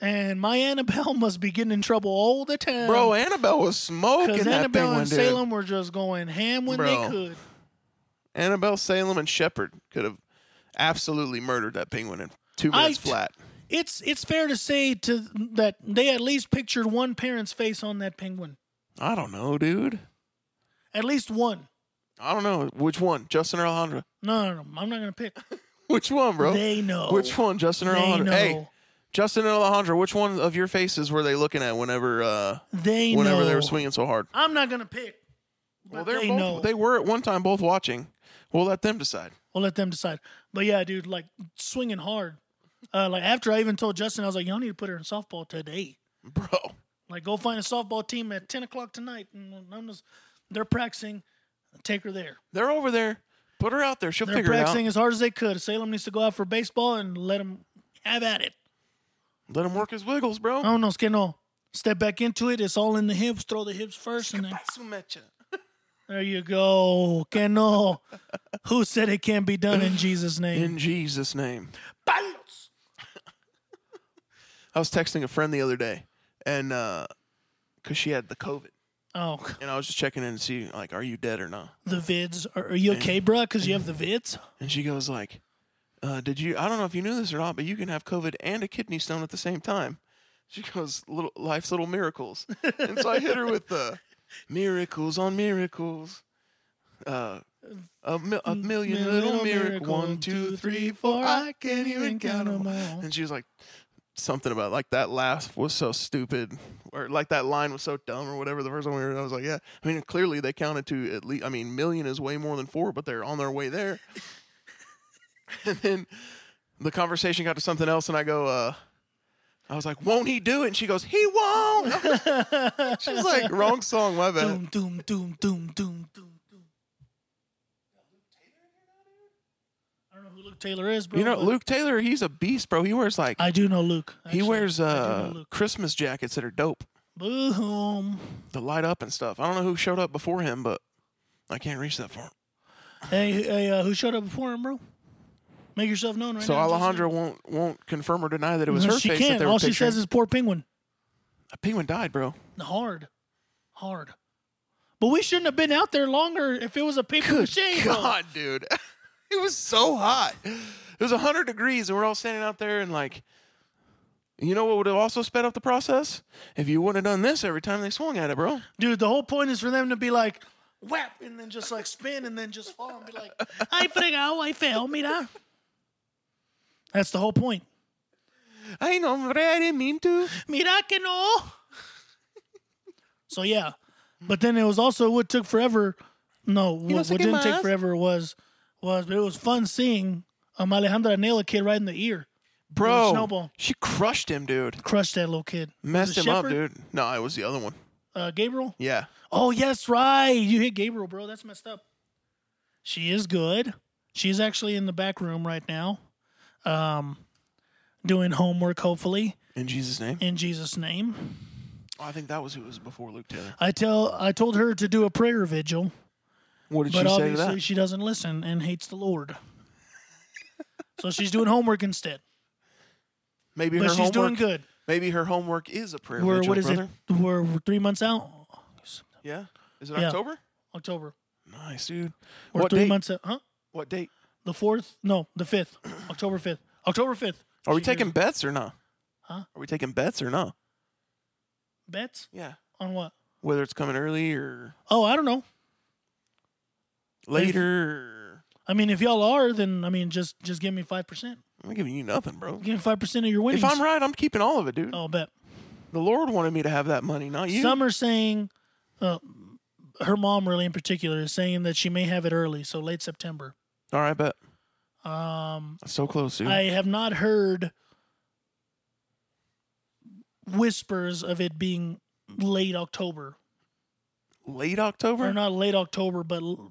Speaker 1: and my annabelle [laughs] must be getting in trouble all the time
Speaker 2: Bro, Annabelle was smoking
Speaker 1: because
Speaker 2: that
Speaker 1: Uh, annabelle
Speaker 2: penguin,
Speaker 1: and
Speaker 2: dude.
Speaker 1: salem were just going ham when they
Speaker 2: Bro.
Speaker 1: could
Speaker 2: Annabelle Salem and Shepard could have absolutely murdered that penguin in two
Speaker 1: I-
Speaker 2: minutes flat.
Speaker 1: It's it's fair to say to that they at least pictured one parent's face on that penguin.
Speaker 2: I don't know, dude.
Speaker 1: At least one.
Speaker 2: I don't know which one, Justin or Alejandra.
Speaker 1: No, no, no. I'm not gonna pick.
Speaker 2: Which one, bro?
Speaker 1: They know.
Speaker 2: Which one, Justin or
Speaker 1: They
Speaker 2: Alejandra?
Speaker 1: know.
Speaker 2: Hey, Justin and Alejandra, which one of your faces were they looking at whenever uh
Speaker 1: They
Speaker 2: whenever
Speaker 1: know.
Speaker 2: they were swinging so hard?
Speaker 1: I'm not gonna pick.
Speaker 2: Well,
Speaker 1: But
Speaker 2: they're
Speaker 1: they
Speaker 2: both,
Speaker 1: know.
Speaker 2: they were at one time both watching. We'll let them decide. [laughs]
Speaker 1: We'll let them decide. But yeah, dude, like swinging hard. Uh, like after I even told Justin, I was like, "Y'all need to put her in softball today.
Speaker 2: Bro,
Speaker 1: Like, go find a softball team at ten o'clock tonight, and I'm just, they're practicing. Take her there.
Speaker 2: they're over there. Put her out there. She'll
Speaker 1: They're
Speaker 2: figure it out.
Speaker 1: practicing as hard as they could. Salem needs to go out for baseball and let them have at it.
Speaker 2: Let him work his wiggles, bro.
Speaker 1: I don't know, Skeno. Step back into it. It's all in the hips. Throw the hips first, and then there you go, Keno. Who said it can't be done in Jesus' name?
Speaker 2: In Jesus' name.
Speaker 1: Palos.
Speaker 2: [laughs] I was texting a friend the other day, and because she had the COVID,
Speaker 1: Oh,
Speaker 2: and I was just checking in to see, like, are you dead or not?
Speaker 1: the vids. Are, are you okay, bruh? Because you have the vids.
Speaker 2: And she goes like, uh, "Did you? I don't know if you knew this or not, but you can have COVID and a kidney stone at the same time." She goes, "Little life's little miracles," [laughs] and so I hit her with the miracles on miracles. Uh, a, mi- a million little, miracle. One, two, three, four. I can't even count 'em all.
Speaker 1: all.
Speaker 2: And she was like, something about like that laugh was so stupid, or like that line was so dumb, or whatever. The first one we heard, I was like, yeah. I mean, clearly they counted to at least. I mean, million is way more than four, but they're on their way there. [laughs] and then the conversation got to something else, and I go, uh, I was like, won't he do it? And she goes, he won't. [laughs] She's
Speaker 1: [laughs]
Speaker 2: like, wrong song, my bad.
Speaker 1: Doom, doom, doom, doom, doom, doom, doom. I don't know who Luke Taylor is,
Speaker 2: [laughs]
Speaker 1: bro.
Speaker 2: You know,
Speaker 1: but
Speaker 2: Luke Taylor, he's a beast, bro. He wears like
Speaker 1: I do know Luke.
Speaker 2: he
Speaker 1: actually.
Speaker 2: wears
Speaker 1: I do know
Speaker 2: uh
Speaker 1: Luke.
Speaker 2: Christmas jackets that are dope,
Speaker 1: Boom.
Speaker 2: that light up and stuff. I don't know who showed up before him, but I can't reach that far.
Speaker 1: Hey, hey, uh, who showed up before him, bro? Make yourself known right
Speaker 2: So
Speaker 1: now.
Speaker 2: Alejandra won't won't confirm or deny that it was her
Speaker 1: she
Speaker 2: face
Speaker 1: can't.
Speaker 2: that they were
Speaker 1: All
Speaker 2: picturing.
Speaker 1: she says is "poor penguin."
Speaker 2: a penguin died,
Speaker 1: [laughs]
Speaker 2: bro.
Speaker 1: Hard, hard. But we shouldn't have been out there longer if it was a paper mache. bro.
Speaker 2: God, dude, [laughs] it was so hot. It was hundred degrees, and we're all standing out there and like. You know what would have also sped up the process? If you wouldn't have done this every time they swung at it, bro.
Speaker 1: Dude, the whole point is for them to be like, whap, and then just like spin and then just fall and
Speaker 2: [laughs]
Speaker 1: be like, I fregao, I fail, mira. That's the whole point.
Speaker 2: I know, hombre, I didn't mean to.
Speaker 1: Mira que no. so yeah. But then it was also what took forever. No, what,
Speaker 2: sé
Speaker 1: what
Speaker 2: qué
Speaker 1: didn't take
Speaker 2: más.
Speaker 1: forever was was but it was fun seeing um, Alejandra nail a kid right in the ear.
Speaker 2: Bro,
Speaker 1: snowball.
Speaker 2: she crushed him, dude.
Speaker 1: Crushed that little kid.
Speaker 2: Messed him
Speaker 1: Was it
Speaker 2: up,
Speaker 1: Shepherd?
Speaker 2: dude. No, it was the other one.
Speaker 1: Uh, Gabriel.
Speaker 2: Yeah.
Speaker 1: Oh yes, right. You hit Gabriel, bro. That's messed up. She is good. She's actually in the back room right now, um, doing homework. Hopefully,
Speaker 2: In Jesus'
Speaker 1: [laughs]
Speaker 2: name.
Speaker 1: in Jesus' name.
Speaker 2: I think that was who was before Luke Taylor.
Speaker 1: I tell. I told her to do a prayer vigil,
Speaker 2: What did she
Speaker 1: but
Speaker 2: say to
Speaker 1: obviously
Speaker 2: that?
Speaker 1: she doesn't listen and hates
Speaker 2: [laughs]
Speaker 1: the Lord. so she's doing homework instead.
Speaker 2: Maybe her
Speaker 1: But she's
Speaker 2: homework.
Speaker 1: doing good.
Speaker 2: Maybe her homework is a prayer.
Speaker 1: We're
Speaker 2: vigil,
Speaker 1: what is
Speaker 2: brother.
Speaker 1: it? We're, we're three months out.
Speaker 2: Yeah. Is it
Speaker 1: Yeah.
Speaker 2: October?
Speaker 1: October.
Speaker 2: Nice, dude.
Speaker 1: We're
Speaker 2: what
Speaker 1: three
Speaker 2: date?
Speaker 1: months out. Huh?
Speaker 2: What date?
Speaker 1: The fourth? No, the fifth. October fifth. October fifth.
Speaker 2: Are we
Speaker 1: She
Speaker 2: taking
Speaker 1: goes,
Speaker 2: bets or not?
Speaker 1: Huh?
Speaker 2: Are we taking bets or not?
Speaker 1: bets
Speaker 2: Yeah.
Speaker 1: on what?
Speaker 2: Whether it's coming early or
Speaker 1: Oh, I don't know.
Speaker 2: later.
Speaker 1: I mean, if y'all are, then I mean, just just give me five percent.
Speaker 2: I'm not giving you nothing, bro.
Speaker 1: Give me five percent of your
Speaker 2: If
Speaker 1: winnings.
Speaker 2: I'm right, I'm keeping all of it, dude.
Speaker 1: I'll bet.
Speaker 2: The Lord wanted me to have that money, not you.
Speaker 1: Some are saying, uh, her mom really in particular is saying that she may have it early, so late September.
Speaker 2: all right, bet.
Speaker 1: Um,
Speaker 2: That's so close, dude.
Speaker 1: I have not heard whispers of it being late October,
Speaker 2: Late October?
Speaker 1: or not late October, but l-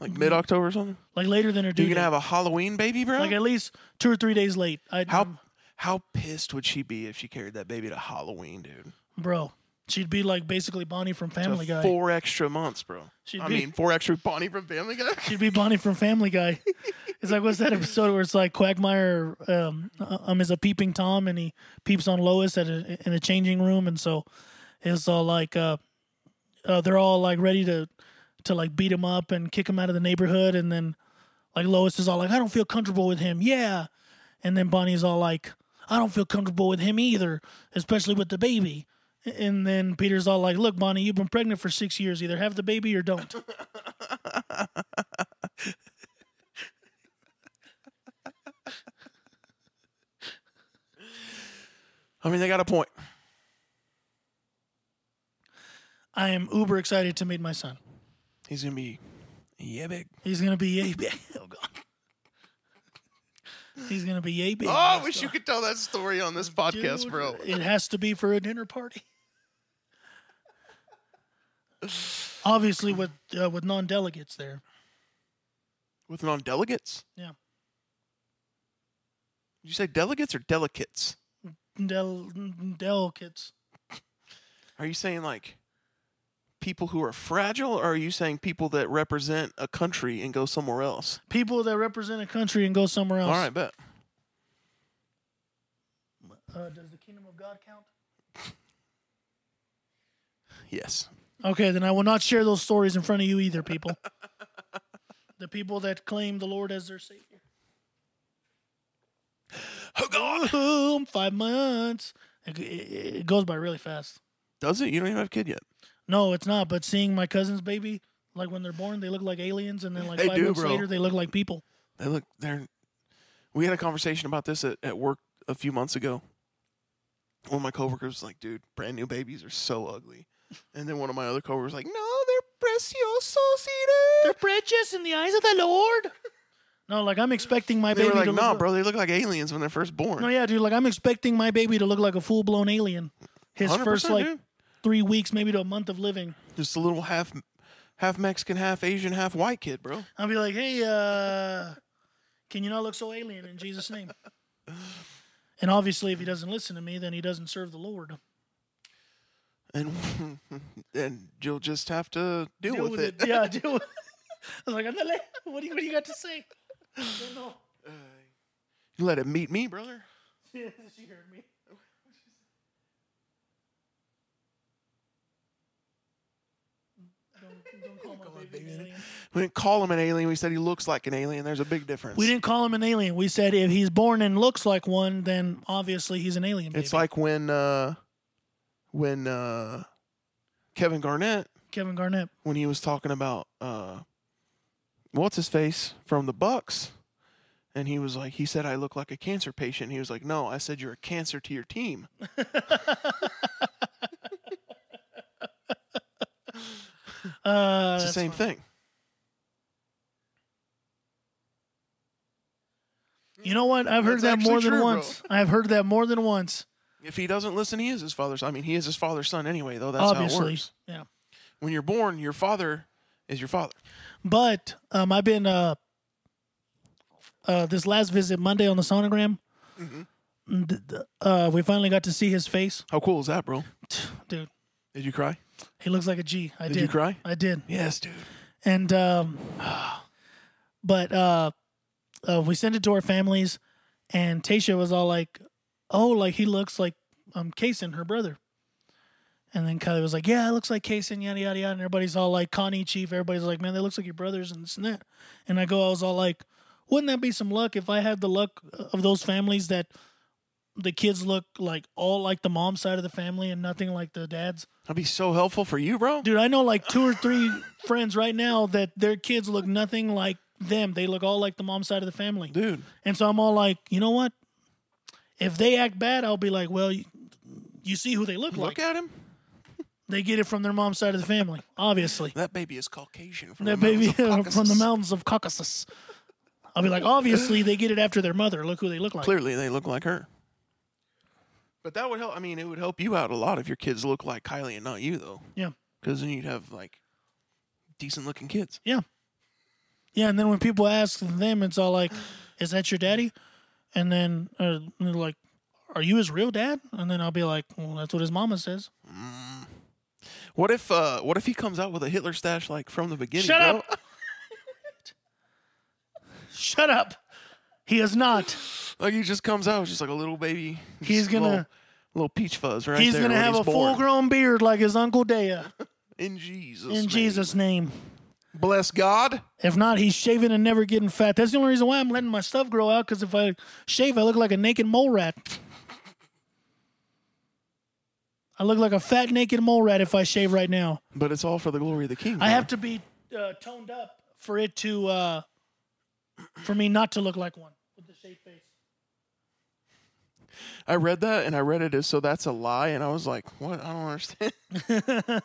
Speaker 2: Like mid October or something?
Speaker 1: like later than her due.
Speaker 2: you gonna
Speaker 1: date.
Speaker 2: have a Halloween baby, bro?
Speaker 1: like at least two or three days late. I
Speaker 2: how how pissed would she be if she carried that baby to Halloween, dude?
Speaker 1: bro? She'd be like basically Bonnie from
Speaker 2: To
Speaker 1: Family Guy.
Speaker 2: Four extra months, bro.
Speaker 1: She'd
Speaker 2: I
Speaker 1: be-
Speaker 2: mean, four extra Bonnie from Family Guy. [laughs]
Speaker 1: She'd be Bonnie from Family Guy. It's like what's that episode where it's like Quagmire um, um is a peeping tom and he peeps on Lois at a, in a changing room and so it's all like uh, uh they're all like ready to to like beat him up and kick him out of the neighborhood. And then like Lois is all like, I don't feel comfortable with him. Yeah. And then Bonnie's all like, I don't feel comfortable with him either, especially with the baby. And then Peter's all like, Look, Bonnie, you've been pregnant for six years. Either have the baby or don't.
Speaker 2: I mean, they got a point.
Speaker 1: I am uber excited to meet my son.
Speaker 2: He's gonna be, yeah, big.
Speaker 1: He's gonna be yay big. [laughs] Oh god. He's gonna be yay big.
Speaker 2: Oh, I wish you could tell that story on this podcast,
Speaker 1: Dude,
Speaker 2: bro.
Speaker 1: It has to be for a dinner party. Obviously, with uh, with non delegates there.
Speaker 2: With non-delegates.
Speaker 1: Yeah.
Speaker 2: Did you say delegates or delicates?
Speaker 1: Del delegates.
Speaker 2: Are you saying like people who are fragile, or are you saying people that represent a country and go somewhere else?
Speaker 1: People that represent a country and go somewhere else.
Speaker 2: All right, bet.
Speaker 1: Uh, does the kingdom of God count?
Speaker 2: Yes.
Speaker 1: Okay, then I will not share those stories in front of you
Speaker 2: [laughs]
Speaker 1: either, people. the people that claim the Lord as their savior.
Speaker 2: Oh God.
Speaker 1: Boom! Five months. It, it- it goes by really fast.
Speaker 2: Does it? You don't even have a kid yet.
Speaker 1: No, it's not. But seeing my cousin's baby, like when they're born, they look like aliens, and then like
Speaker 2: They
Speaker 1: five
Speaker 2: do,
Speaker 1: weeks
Speaker 2: bro.
Speaker 1: later, they look like people.
Speaker 2: They look. They're. We had a conversation about this at, at work a few months ago. One of my coworkers was like, "Dude, brand new babies are so ugly," and then one of my other coworkers was like, "No, they're preciosos, dude."
Speaker 1: They're precious in the eyes of the Lord. No, like I'm expecting my
Speaker 2: They
Speaker 1: baby
Speaker 2: were like,
Speaker 1: to
Speaker 2: "No,
Speaker 1: look
Speaker 2: nah, bro, they look like aliens when they're first born."
Speaker 1: No, yeah, dude. Like I'm expecting my baby to look like a full blown alien. His
Speaker 2: 100%,
Speaker 1: first like
Speaker 2: dude.
Speaker 1: three weeks, maybe to a month of living.
Speaker 2: just a little half, half Mexican, half Asian, half white kid, bro.
Speaker 1: I'll be like, hey, uh, can you not look so alien in Jesus' name? And obviously, if he doesn't listen to me, then he doesn't serve the Lord.
Speaker 2: And [laughs] and you'll just have to deal, with, it.
Speaker 1: Yeah,
Speaker 2: [laughs]
Speaker 1: deal with it. I was like, "Ándale, what do you, what do you got to say? I don't know. [laughs]
Speaker 2: You let it meet me, brother.
Speaker 1: she heard me. Don't, don't call my baby an alien.
Speaker 2: We didn't call him an alien. We said he looks like an alien. There's a big difference.
Speaker 1: We didn't call him an alien. We said if he's born and looks like one, then obviously he's an alien.
Speaker 2: It's
Speaker 1: baby.
Speaker 2: like when uh when uh Kevin Garnett
Speaker 1: Kevin Garnett.
Speaker 2: when he was talking about uh what's his face from the Bucks and he was like he said I look like a cancer patient. He was like, "No, I said you're a cancer to your team."
Speaker 1: Oh, Uh,
Speaker 2: It's the
Speaker 1: that's
Speaker 2: same
Speaker 1: fine.
Speaker 2: thing.
Speaker 1: You know what? I've heard
Speaker 2: That's
Speaker 1: that more
Speaker 2: actually
Speaker 1: than
Speaker 2: true, bro.
Speaker 1: once. I've heard that more than once.
Speaker 2: If he doesn't listen, he is his father's. I mean, he is his father's son anyway, though. That's how it
Speaker 1: obviously,
Speaker 2: works.
Speaker 1: yeah.
Speaker 2: When you're born, your father is your father.
Speaker 1: But um, I've been uh, uh, this last visit Monday on the sonogram.
Speaker 2: Mm-hmm.
Speaker 1: th- th- Uh, we finally got to see his face,
Speaker 2: How cool is that, bro?
Speaker 1: dude.
Speaker 2: Did you cry?
Speaker 1: He looks like a G. I did.
Speaker 2: Did you cry?
Speaker 1: I did.
Speaker 2: Yes, dude.
Speaker 1: And um, but uh, uh, we sent it to our families, and Tasha was all like, "Oh, like he looks like um Kason, her brother." And then Kylie was like, "Yeah, it looks like Kason, yada yada yada." And everybody's all like, "Connie, Chief." Everybody's like, "Man, they looks like your brothers and this and that." And I go, I was all like, "Wouldn't that be some luck if I had the luck uh, of those families that the kids look like all like the mom side of the family and nothing like the dad's?"
Speaker 2: That'd be so helpful for you, bro.
Speaker 1: Dude, I know like two or three [laughs] friends right now that their kids look nothing like them. They look all like the mom side of the family.
Speaker 2: Dude.
Speaker 1: And so I'm all like, you know what? If they act bad, I'll be like, well, you, you see who they look,
Speaker 2: Look
Speaker 1: like.
Speaker 2: at him.
Speaker 1: They get it from their mom's side of the family, obviously.
Speaker 2: That baby is Caucasian. From
Speaker 1: That
Speaker 2: the mountains
Speaker 1: baby
Speaker 2: of Caucasus.
Speaker 1: [laughs] from the mountains of Caucasus. I'll be like, obviously, they get it after their mother. Look who they look like.
Speaker 2: Clearly, they look like her. But that would help. I mean, it would help you out a lot if your kids look like Kylie and not you, though.
Speaker 1: Yeah.
Speaker 2: Because then you'd have like decent-looking kids.
Speaker 1: Yeah. Yeah, and then when people ask them, it's all like, "Is that your daddy?" And then uh, they're like, "Are you his real dad?" And then I'll be like, "Well, that's what his mama says."
Speaker 2: What if? uh What if he comes out with a Hitler stash like from the beginning?
Speaker 1: Shut
Speaker 2: bro?
Speaker 1: up! [laughs] Shut up! He is not.
Speaker 2: Like he just comes out with just like a little baby.
Speaker 1: He's
Speaker 2: just
Speaker 1: gonna-
Speaker 2: little, little peach fuzz right
Speaker 1: he's
Speaker 2: there
Speaker 1: gonna
Speaker 2: when
Speaker 1: have
Speaker 2: he's
Speaker 1: a
Speaker 2: born.
Speaker 1: full-grown beard like his uncle Dea.
Speaker 2: in Jesus.
Speaker 1: In
Speaker 2: name.
Speaker 1: Jesus' name.
Speaker 2: Bless God.
Speaker 1: If not, he's shaving and never getting fat. That's the only reason why I'm letting my stuff grow out. Because if I shave, I look like a naked mole rat. I look like a fat naked mole rat if I shave right now.
Speaker 2: But it's all for the glory of the King.
Speaker 1: I have to be uh, toned up for it to, uh, for me not to look like one with the shaved face.
Speaker 2: I read that and I read it as so that's a lie, and I was like, what? I don't understand.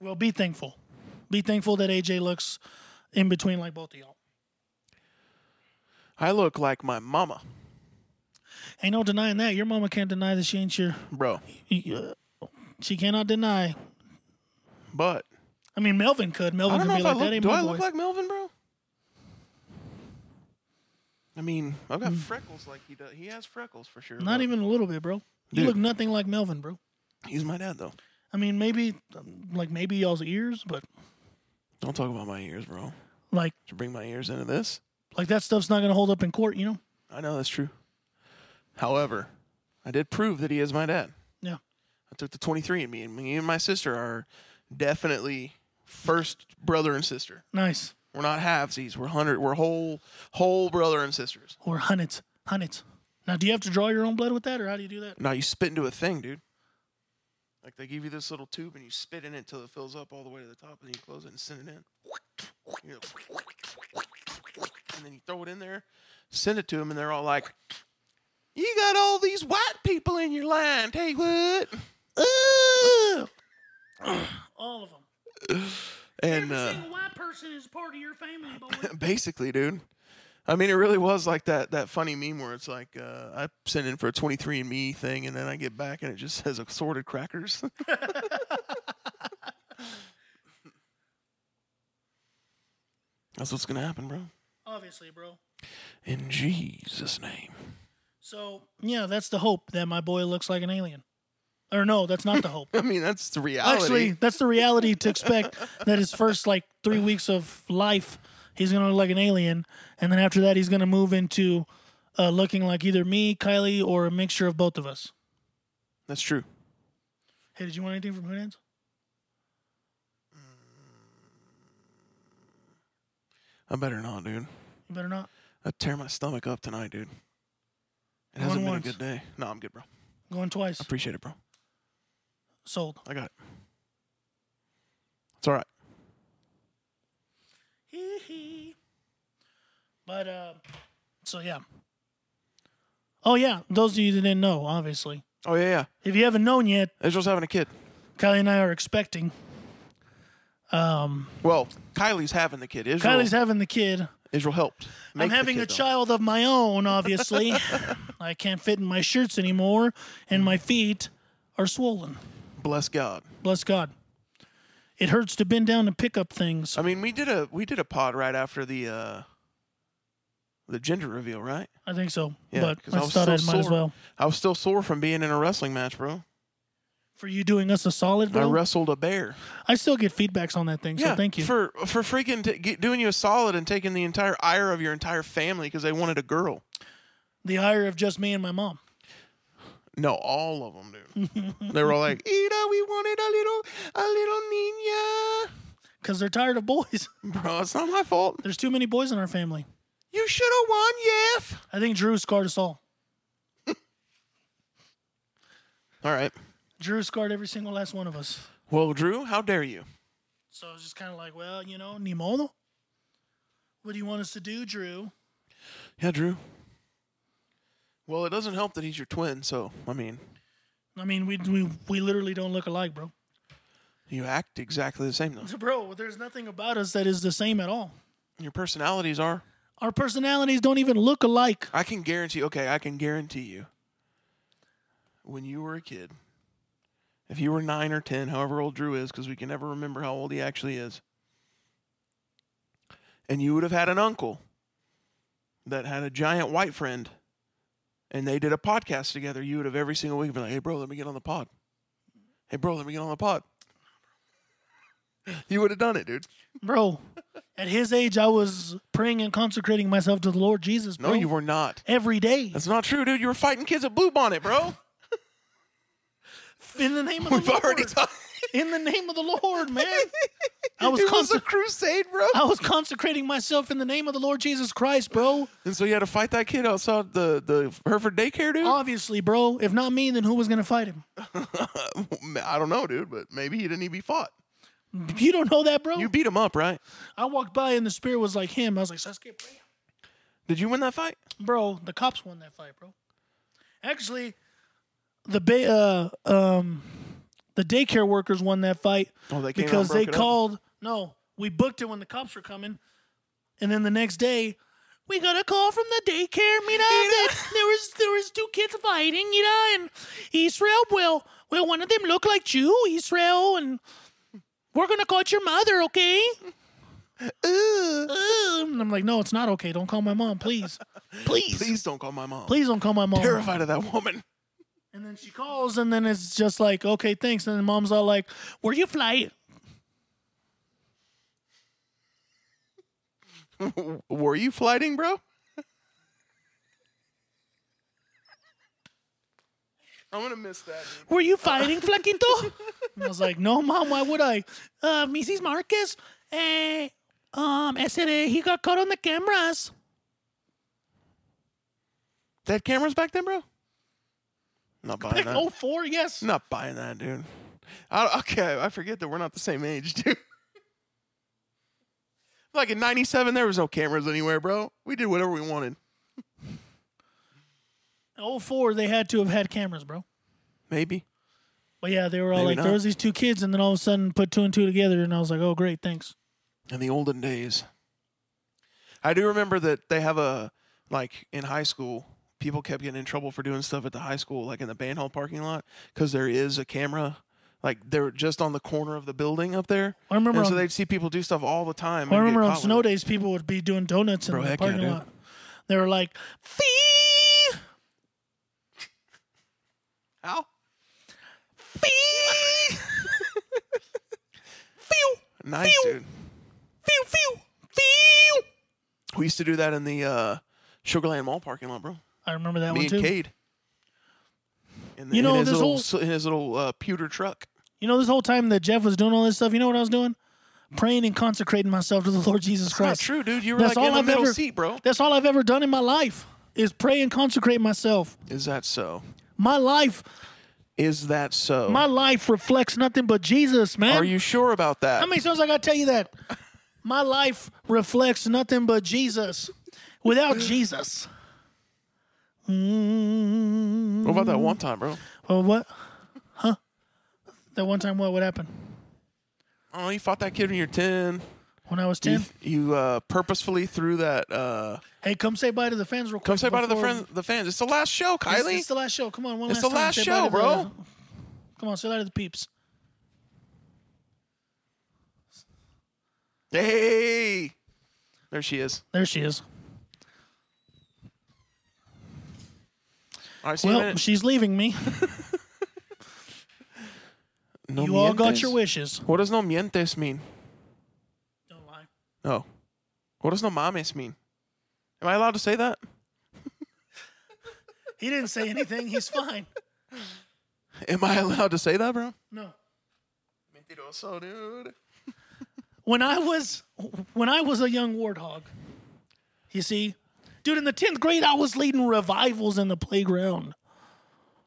Speaker 1: Well, be thankful. Be thankful that AJ looks in between like both of y'all.
Speaker 2: I look like my mama,
Speaker 1: Ain't no denying that. Your mama can't deny that she ain't your. uh,
Speaker 2: bro.
Speaker 1: She cannot deny.
Speaker 2: But
Speaker 1: I mean, Melvin could.
Speaker 2: I
Speaker 1: Melvin
Speaker 2: don't
Speaker 1: could
Speaker 2: know
Speaker 1: be
Speaker 2: if I
Speaker 1: like, that
Speaker 2: look.
Speaker 1: ain't
Speaker 2: Do
Speaker 1: my
Speaker 2: I
Speaker 1: boy.
Speaker 2: look like Melvin, bro? I mean, I've got freckles like he does. He has freckles for sure.
Speaker 1: Mm. Not
Speaker 2: but
Speaker 1: even a little bit, bro. You
Speaker 2: Dude.
Speaker 1: look nothing like Melvin, bro.
Speaker 2: He's my dad, though.
Speaker 1: I mean, maybe, um, like, maybe y'all's ears, but
Speaker 2: Don't talk about my ears, bro.
Speaker 1: like,
Speaker 2: To bring my ears into this,
Speaker 1: like that stuff's not gonna hold up in court, you know?
Speaker 2: I know that's true. However, I did prove that he is my dad.
Speaker 1: Yeah.
Speaker 2: I took the 23 and me and me and my sister are definitely first brother and sister.
Speaker 1: Nice.
Speaker 2: We're not halvesies. We're hundred. We're whole whole brother and sisters.
Speaker 1: Or hundreds, hundreds. Now, do you have to draw your own blood with that, or how do you do that?
Speaker 2: Now you spit into a thing, dude. Like they give you this little tube and you spit in it till it fills up all the way to the top, and then you close it and send it in. You go, and then you throw it in there, send it to them, and they're all like, "You got all these white people in your line. Hey, what?" Ugh."
Speaker 1: All of them.
Speaker 2: And uh,
Speaker 1: white person is part of your family, boy.
Speaker 2: [laughs] basically, dude. I mean, it really was like that that funny meme where it's like uh, I send in for a 23andMe thing, and then I get back and it just says assorted crackers. [laughs] That's what's gonna happen, bro.
Speaker 1: Obviously, bro.
Speaker 2: In Jesus' name. [laughs]
Speaker 1: So, yeah, that's the hope that my boy looks like an alien. Or no, that's not the hope.
Speaker 2: I mean, that's the reality.
Speaker 1: Actually, that's the reality to expect that his first like three weeks of life, he's gonna look like an alien, and then after that, he's gonna move into uh, looking like either me, Kylie, or a mixture of both of us.
Speaker 2: that's true.
Speaker 1: Hey, did you want anything from Hoonans?
Speaker 2: I better not, dude.
Speaker 1: You better not.
Speaker 2: I tear my stomach up tonight, dude. It
Speaker 1: Going
Speaker 2: hasn't been
Speaker 1: once.
Speaker 2: a good day. No, I'm good, bro.
Speaker 1: Going twice.
Speaker 2: Appreciate it, bro.
Speaker 1: Sold. [laughs]
Speaker 2: I got it. It's all right.
Speaker 1: Hee hee. But uh, so yeah. Oh yeah, those of you that didn't know, obviously,
Speaker 2: Oh yeah, yeah.
Speaker 1: if you haven't known yet,
Speaker 2: Israel's having a kid.
Speaker 1: Kylie and I are expecting. um,
Speaker 2: Well, Kylie's having the kid. Israel,
Speaker 1: Kylie's having the kid.
Speaker 2: Israel helped. make
Speaker 1: I'm
Speaker 2: the
Speaker 1: having
Speaker 2: kid,
Speaker 1: a
Speaker 2: though.
Speaker 1: child of my own, obviously. [laughs] I can't fit in my shirts anymore, and my feet are swollen.
Speaker 2: Bless God.
Speaker 1: Bless God. It hurts to bend down and pick up things.
Speaker 2: I mean, we did a we did a pod right after the uh the gender reveal, right?
Speaker 1: I think so.
Speaker 2: Yeah,
Speaker 1: but
Speaker 2: 'cause
Speaker 1: I,
Speaker 2: I was
Speaker 1: thought
Speaker 2: so
Speaker 1: I might as
Speaker 2: sore.
Speaker 1: well.
Speaker 2: I was still sore from being in a wrestling match, bro.
Speaker 1: For you doing us a solid,
Speaker 2: I
Speaker 1: bro. I,
Speaker 2: wrestled a bear.
Speaker 1: still get feedbacks on that thing, so thank you.
Speaker 2: for for freaking t- get, doing you a solid and taking the entire ire of your entire family because they wanted a girl.
Speaker 1: the ire of just me and my mom.
Speaker 2: No, all of them,
Speaker 1: [laughs]
Speaker 2: dude. they were all like, "Ida, we wanted a little a little niña."
Speaker 1: Because they're tired of boys. [laughs]
Speaker 2: Bro, it's not my fault.
Speaker 1: There's too many boys in our family.
Speaker 2: You should have won, Yef.
Speaker 1: I think Drew scarred us all.
Speaker 2: All right.
Speaker 1: Drew scarred every single last one of us.
Speaker 2: Well, Drew, how dare you?
Speaker 1: So it's just kind of like, well, you know, ni modo. What do you want us to do, Drew?
Speaker 2: Yeah, Drew. Well, it doesn't help that he's your twin, so I mean,
Speaker 1: I mean, we we we literally don't look alike, bro.
Speaker 2: you act exactly the same though.
Speaker 1: [laughs] Bro, there's nothing about us that is the same at all.
Speaker 2: Your personalities are.
Speaker 1: Our personalities don't even look alike.
Speaker 2: I can guarantee. Okay, I can guarantee you. When you were a kid, if you were nine or ten, however old Drew is, because we can never remember how old he actually is, and you would have had an uncle that had a giant white friend, and they did a podcast together, you would have every single week been like, "Hey, bro, let me get on the pod. Hey, bro, let me get on the pod." You would have done it, dude.
Speaker 1: [laughs] Bro, at his age I was praying and consecrating myself to the Lord Jesus,
Speaker 2: No,
Speaker 1: bro.
Speaker 2: you were not.
Speaker 1: every day.
Speaker 2: That's not true, dude. You were fighting kids at Blue Bonnet, bro.
Speaker 1: [laughs] in the name
Speaker 2: [laughs]
Speaker 1: of
Speaker 2: We've
Speaker 1: the
Speaker 2: [laughs]
Speaker 1: Lord.
Speaker 2: already talked.
Speaker 1: in the name of the Lord, man. I was
Speaker 2: It was a
Speaker 1: consec-
Speaker 2: crusade, bro.
Speaker 1: [laughs] I was consecrating myself in the name of the Lord Jesus Christ, bro.
Speaker 2: And so you had to fight that kid outside the the Hereford daycare, dude.
Speaker 1: Obviously, bro. If not me, then who was gonna fight him?
Speaker 2: [laughs] I don't know, dude, but maybe he didn't even be fought.
Speaker 1: You don't know that, bro.
Speaker 2: You beat him up, right? I
Speaker 1: walked by and the spirit was like him. I was like, Sasuke, bam.
Speaker 2: Did you win that fight?
Speaker 1: bro. The cops won that fight, bro. Actually, the ba- uh, um, the daycare workers won that fight
Speaker 2: Oh, they came out and
Speaker 1: because they
Speaker 2: broke it up.
Speaker 1: called. No, we booked it when the cops were coming, and then the next day. We got a call from the
Speaker 2: [laughs]
Speaker 1: daycare, you know, that there was there was two kids fighting, you know, and Israel, well, well, one of them looked like Jew, Israel, and we're gonna call your mother, okay? "Ugh." And I'm like, no, it's not okay. Don't call my
Speaker 2: [laughs]
Speaker 1: mom, please. Please. please.
Speaker 2: Please don't call my mom.
Speaker 1: don't call my mom.
Speaker 2: Terrified of that woman. [laughs]
Speaker 1: And then she calls, and then it's just like, okay, thanks. And then mom's all like, were you flight?
Speaker 2: Were you flighting, bro? I'm gonna miss that. Dude.
Speaker 1: Were you fighting, Flaquito? and I was like, no, mom, why would I? Uh, Mrs. Marquez, eh, um, yesterday he got caught on the cameras.
Speaker 2: They had cameras back then, bro. Not buying
Speaker 1: Like,
Speaker 2: that.
Speaker 1: oh, four, yes.
Speaker 2: Not buying that, dude. I, okay, I forget that we're not the same age, [laughs] dude. like in '97, there was no cameras anywhere, bro. We did whatever we wanted.
Speaker 1: Oh, four, they had to have had cameras, bro.
Speaker 2: Maybe.
Speaker 1: But yeah, they were all
Speaker 2: Maybe
Speaker 1: like,
Speaker 2: not.
Speaker 1: there was these two kids, and then all of a sudden put two and two together, and I was like, oh, great, thanks.
Speaker 2: in the olden days. I do remember that they have a like in high school, people kept getting in trouble for doing stuff at the high school, like in the band hall parking lot, because there is a camera. Like they're just on the corner of the building up there,
Speaker 1: I remember
Speaker 2: and so
Speaker 1: on-
Speaker 2: they'd see people do stuff all the time.
Speaker 1: I
Speaker 2: and get
Speaker 1: remember on
Speaker 2: caught with
Speaker 1: snow
Speaker 2: it.
Speaker 1: days, people would be doing donuts in
Speaker 2: Bro,
Speaker 1: the
Speaker 2: heck yeah,
Speaker 1: parking
Speaker 2: dude.
Speaker 1: lot. They were like, "Fee,
Speaker 2: Ow!
Speaker 1: fee, feel,
Speaker 2: Nice, dude.
Speaker 1: feel, feel, feel."
Speaker 2: We used to do that in the uh, Sugarland Mall parking lot, bro.
Speaker 1: I remember that
Speaker 2: Me
Speaker 1: one
Speaker 2: and
Speaker 1: too.
Speaker 2: Cade. In
Speaker 1: You know,
Speaker 2: in his
Speaker 1: this
Speaker 2: little,
Speaker 1: whole-
Speaker 2: s- in his little uh, pewter truck.
Speaker 1: You know, this whole time that Jeff was doing all this stuff, you know what I was doing? Praying and consecrating myself to the Lord Jesus
Speaker 2: It's not
Speaker 1: Christ.
Speaker 2: true, dude. You were
Speaker 1: That's
Speaker 2: like in
Speaker 1: all
Speaker 2: the
Speaker 1: I've
Speaker 2: middle
Speaker 1: ever-
Speaker 2: seat, bro.
Speaker 1: That's all I've ever done in my life is pray and consecrate myself.
Speaker 2: Is that so?
Speaker 1: My life,
Speaker 2: Is that so?
Speaker 1: my life reflects nothing but Jesus, man.
Speaker 2: Are you sure about that?
Speaker 1: How many times I gotta tell you that? My life reflects nothing but Jesus. Without Jesus.
Speaker 2: what about that one time, bro?
Speaker 1: Oh, what? Huh? That one time, what? What happened?
Speaker 2: Oh, you fought that kid when you're ten.
Speaker 1: When I was 10?
Speaker 2: You, you uh, purposefully threw that. Uh,
Speaker 1: hey, come say bye to the fans real quick.
Speaker 2: come say bye to the
Speaker 1: before-
Speaker 2: friend, the fans. It's the last show,
Speaker 1: It's,
Speaker 2: Kylie.
Speaker 1: it's the last show. Come on. One
Speaker 2: It's
Speaker 1: last
Speaker 2: the last
Speaker 1: time. Say bye
Speaker 2: show,
Speaker 1: to the-
Speaker 2: bro.
Speaker 1: Come on, say bye to the peeps.
Speaker 2: hey, there she is.
Speaker 1: There she is.
Speaker 2: All right, see you in a
Speaker 1: Well,
Speaker 2: minute.
Speaker 1: she's
Speaker 2: [laughs]
Speaker 1: leaving me.
Speaker 2: No
Speaker 1: You all got
Speaker 2: mientes?
Speaker 1: your wishes.
Speaker 2: What does no mientes mean?
Speaker 1: Don't lie.
Speaker 2: Oh, what does no mames mean? Am I allowed to say that?
Speaker 1: He didn't say anything. He's fine.
Speaker 2: Am I allowed to say that, bro?
Speaker 1: No.
Speaker 2: Mentiroso, dude.
Speaker 1: when I was when I was a young warthog, you see, dude, in the tenth grade, I was leading revivals in the playground.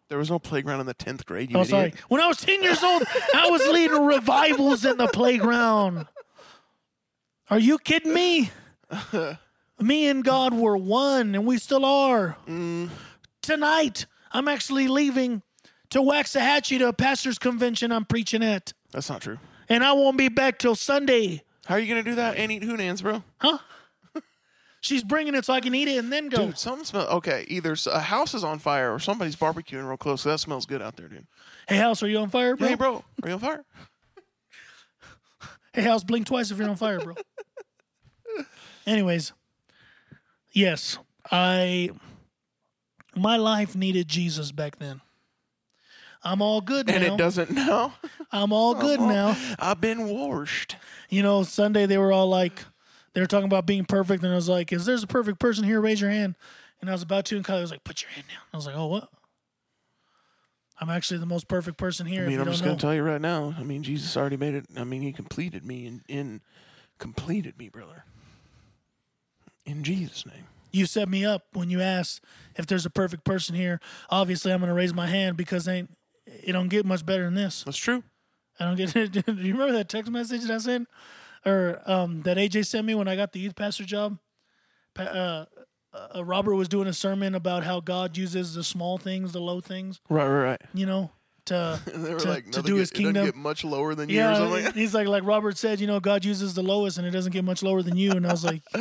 Speaker 2: There was no playground in the tenth grade. You
Speaker 1: Oh,
Speaker 2: idiot.
Speaker 1: sorry. When I was ten years old, I was leading revivals in the playground. Are you
Speaker 2: [laughs]
Speaker 1: kidding me? me and God were one, and we still are.
Speaker 2: Mm.
Speaker 1: Tonight, I'm actually leaving to Waxahachie to a pastor's convention I'm preaching at,
Speaker 2: That's not true.
Speaker 1: and I won't be back till Sunday.
Speaker 2: How are you gonna do that and eat hunans, bro?
Speaker 1: She's bringing it so I can eat it and then go.
Speaker 2: Dude, something smells. Okay, either s- a house is on fire or somebody's barbecuing real close. So that smells good out there, dude.
Speaker 1: Hey, House, are you on fire, bro?
Speaker 2: Hey, bro, are you on fire?
Speaker 1: Hey, House, blink twice if you're on
Speaker 2: [laughs]
Speaker 1: fire, bro. Anyways, yes, I. My life needed Jesus back then. I'm all good
Speaker 2: And
Speaker 1: now.
Speaker 2: it Oh. doesn't [laughs] now.
Speaker 1: I'm all good now.
Speaker 2: Uh-huh. I've been washed.
Speaker 1: You know, Sunday they were all like, they were talking about being perfect, and I was like, "Is there's a perfect person here? Raise your hand." And I was about to, and Kylie was like, "Put your hand down." I was like, "Oh, what?" I'm actually the most perfect person here.
Speaker 2: I mean,
Speaker 1: if you
Speaker 2: I'm
Speaker 1: don't
Speaker 2: just
Speaker 1: know.
Speaker 2: going to tell you right now. I mean, Jesus already made it. I mean, he completed me in, in completed me, brother. In Jesus' name.
Speaker 1: you set me up when you asked if there's a perfect person here. Obviously, I'm gonna raise my hand because ain't it don't get much better than this.
Speaker 2: That's true.
Speaker 1: I don't get. [laughs] Do you remember that text message that I sent, or um, that AJ sent me when I got the youth pastor job? Pa- uh, uh, Robert was doing a sermon about how God uses the small things, the low things,
Speaker 2: Right, right, right.
Speaker 1: you know, to
Speaker 2: [laughs] They were
Speaker 1: to,
Speaker 2: like,
Speaker 1: to
Speaker 2: no, they
Speaker 1: do
Speaker 2: get,
Speaker 1: His
Speaker 2: it doesn't
Speaker 1: kingdom.
Speaker 2: get much lower than you or
Speaker 1: yeah,
Speaker 2: something like
Speaker 1: [laughs]
Speaker 2: that.
Speaker 1: he's like, like Robert said, you know, God uses the lowest, and it doesn't get much lower than you. And I was like,
Speaker 2: [laughs]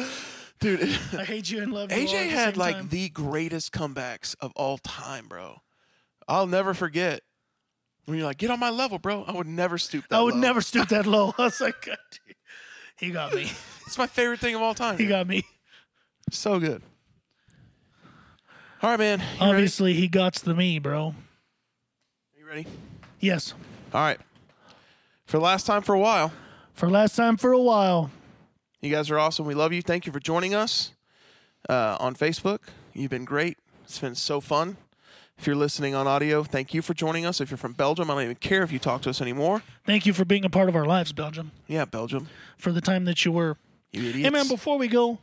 Speaker 2: Dude,
Speaker 1: I hate you and love you. all at
Speaker 2: AJ
Speaker 1: the
Speaker 2: had
Speaker 1: same
Speaker 2: like
Speaker 1: time.
Speaker 2: the greatest comebacks of all time, bro. I'll never forget when you're like, get on my level, bro. I would never stoop that
Speaker 1: I would
Speaker 2: low.
Speaker 1: never stoop that low. [laughs] I was like, God, dude, he got me.
Speaker 2: It's my favorite thing of all time.
Speaker 1: [laughs] He got me.
Speaker 2: so good. All right, man. You
Speaker 1: Obviously, he got the me, bro.
Speaker 2: ready? You ready?
Speaker 1: Yes.
Speaker 2: All right. For the last time for a while,
Speaker 1: For last time for a while.
Speaker 2: you guys are awesome. We love you. Thank you for joining us uh, on Facebook. You've been great. It's been so fun. If you're listening on audio, thank you for joining us. If you're from Belgium, I don't even care if you talk to us anymore.
Speaker 1: Thank you for being a part of our lives, Belgium,
Speaker 2: Yeah, Belgium.
Speaker 1: for the time that you were.
Speaker 2: You idiots.
Speaker 1: Hey, man, before we go,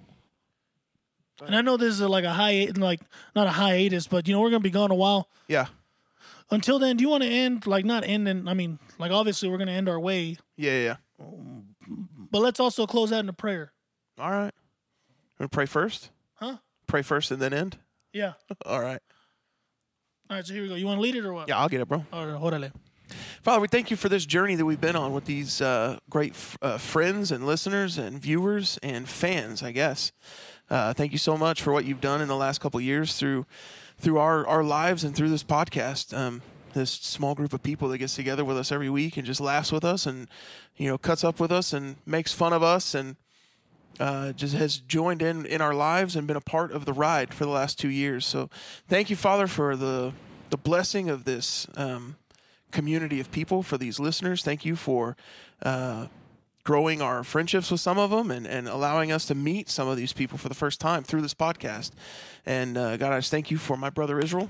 Speaker 1: and I know this is like a high, like not a hiatus, but you know, we're going to be gone a while.
Speaker 2: yeah.
Speaker 1: Until then, do you want to end, like not end, and I mean, like obviously we're going to end our way,
Speaker 2: Yeah, yeah,
Speaker 1: but let's also close out in a prayer.
Speaker 2: yeah. All right. We're gonna pray first.
Speaker 1: Huh?
Speaker 2: Pray first and then end. [laughs]
Speaker 1: Yeah.
Speaker 2: All right.
Speaker 1: All right, so here we go. You want to lead it or what?
Speaker 2: Yeah, I'll get it, bro.
Speaker 1: All right, órale.
Speaker 2: Father, we thank you for this journey that we've been on with these uh, great f- uh, friends and listeners and viewers and fans. I guess. Uh, thank you so much for what you've done in the last couple of years through through our our lives and through this podcast. Um, this small group of people that gets together with us every week and just laughs with us and you know cuts up with us and makes fun of us and uh, just has joined in in our lives and been a part of the ride for the last two years. So, thank you, Father, for the the blessing of this um, community of people, for these listeners. Thank you for uh, growing our friendships with some of them and, and allowing us to meet some of these people for the first time through this podcast. And uh, God, I just thank you for my brother Israel.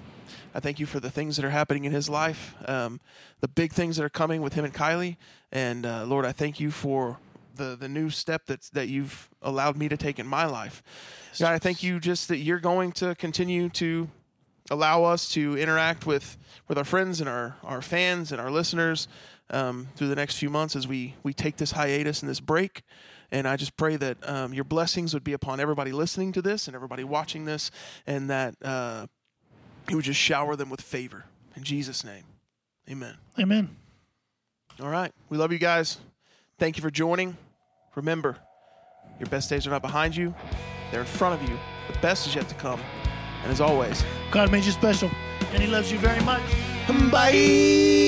Speaker 2: I thank you for the things that are happening in his life, um, the big things that are coming with him and Kylie. And uh, Lord, I thank you for the the new step that that you've allowed me to take in my life. God, I thank you just that you're going to continue to allow us to interact with with our friends and our our fans and our listeners um, through the next few months as we we take this hiatus and this break. And I just pray that um, your blessings would be upon everybody listening to this and everybody watching this, and that uh, you would just shower them with favor in Jesus' name. Amen.
Speaker 1: Amen.
Speaker 2: All right. We love you guys. Thank you for joining. Remember, your best days are not behind you, they're in front of you. The best is yet to come. And as always,
Speaker 1: God made you special, and He loves you very much.
Speaker 2: bye.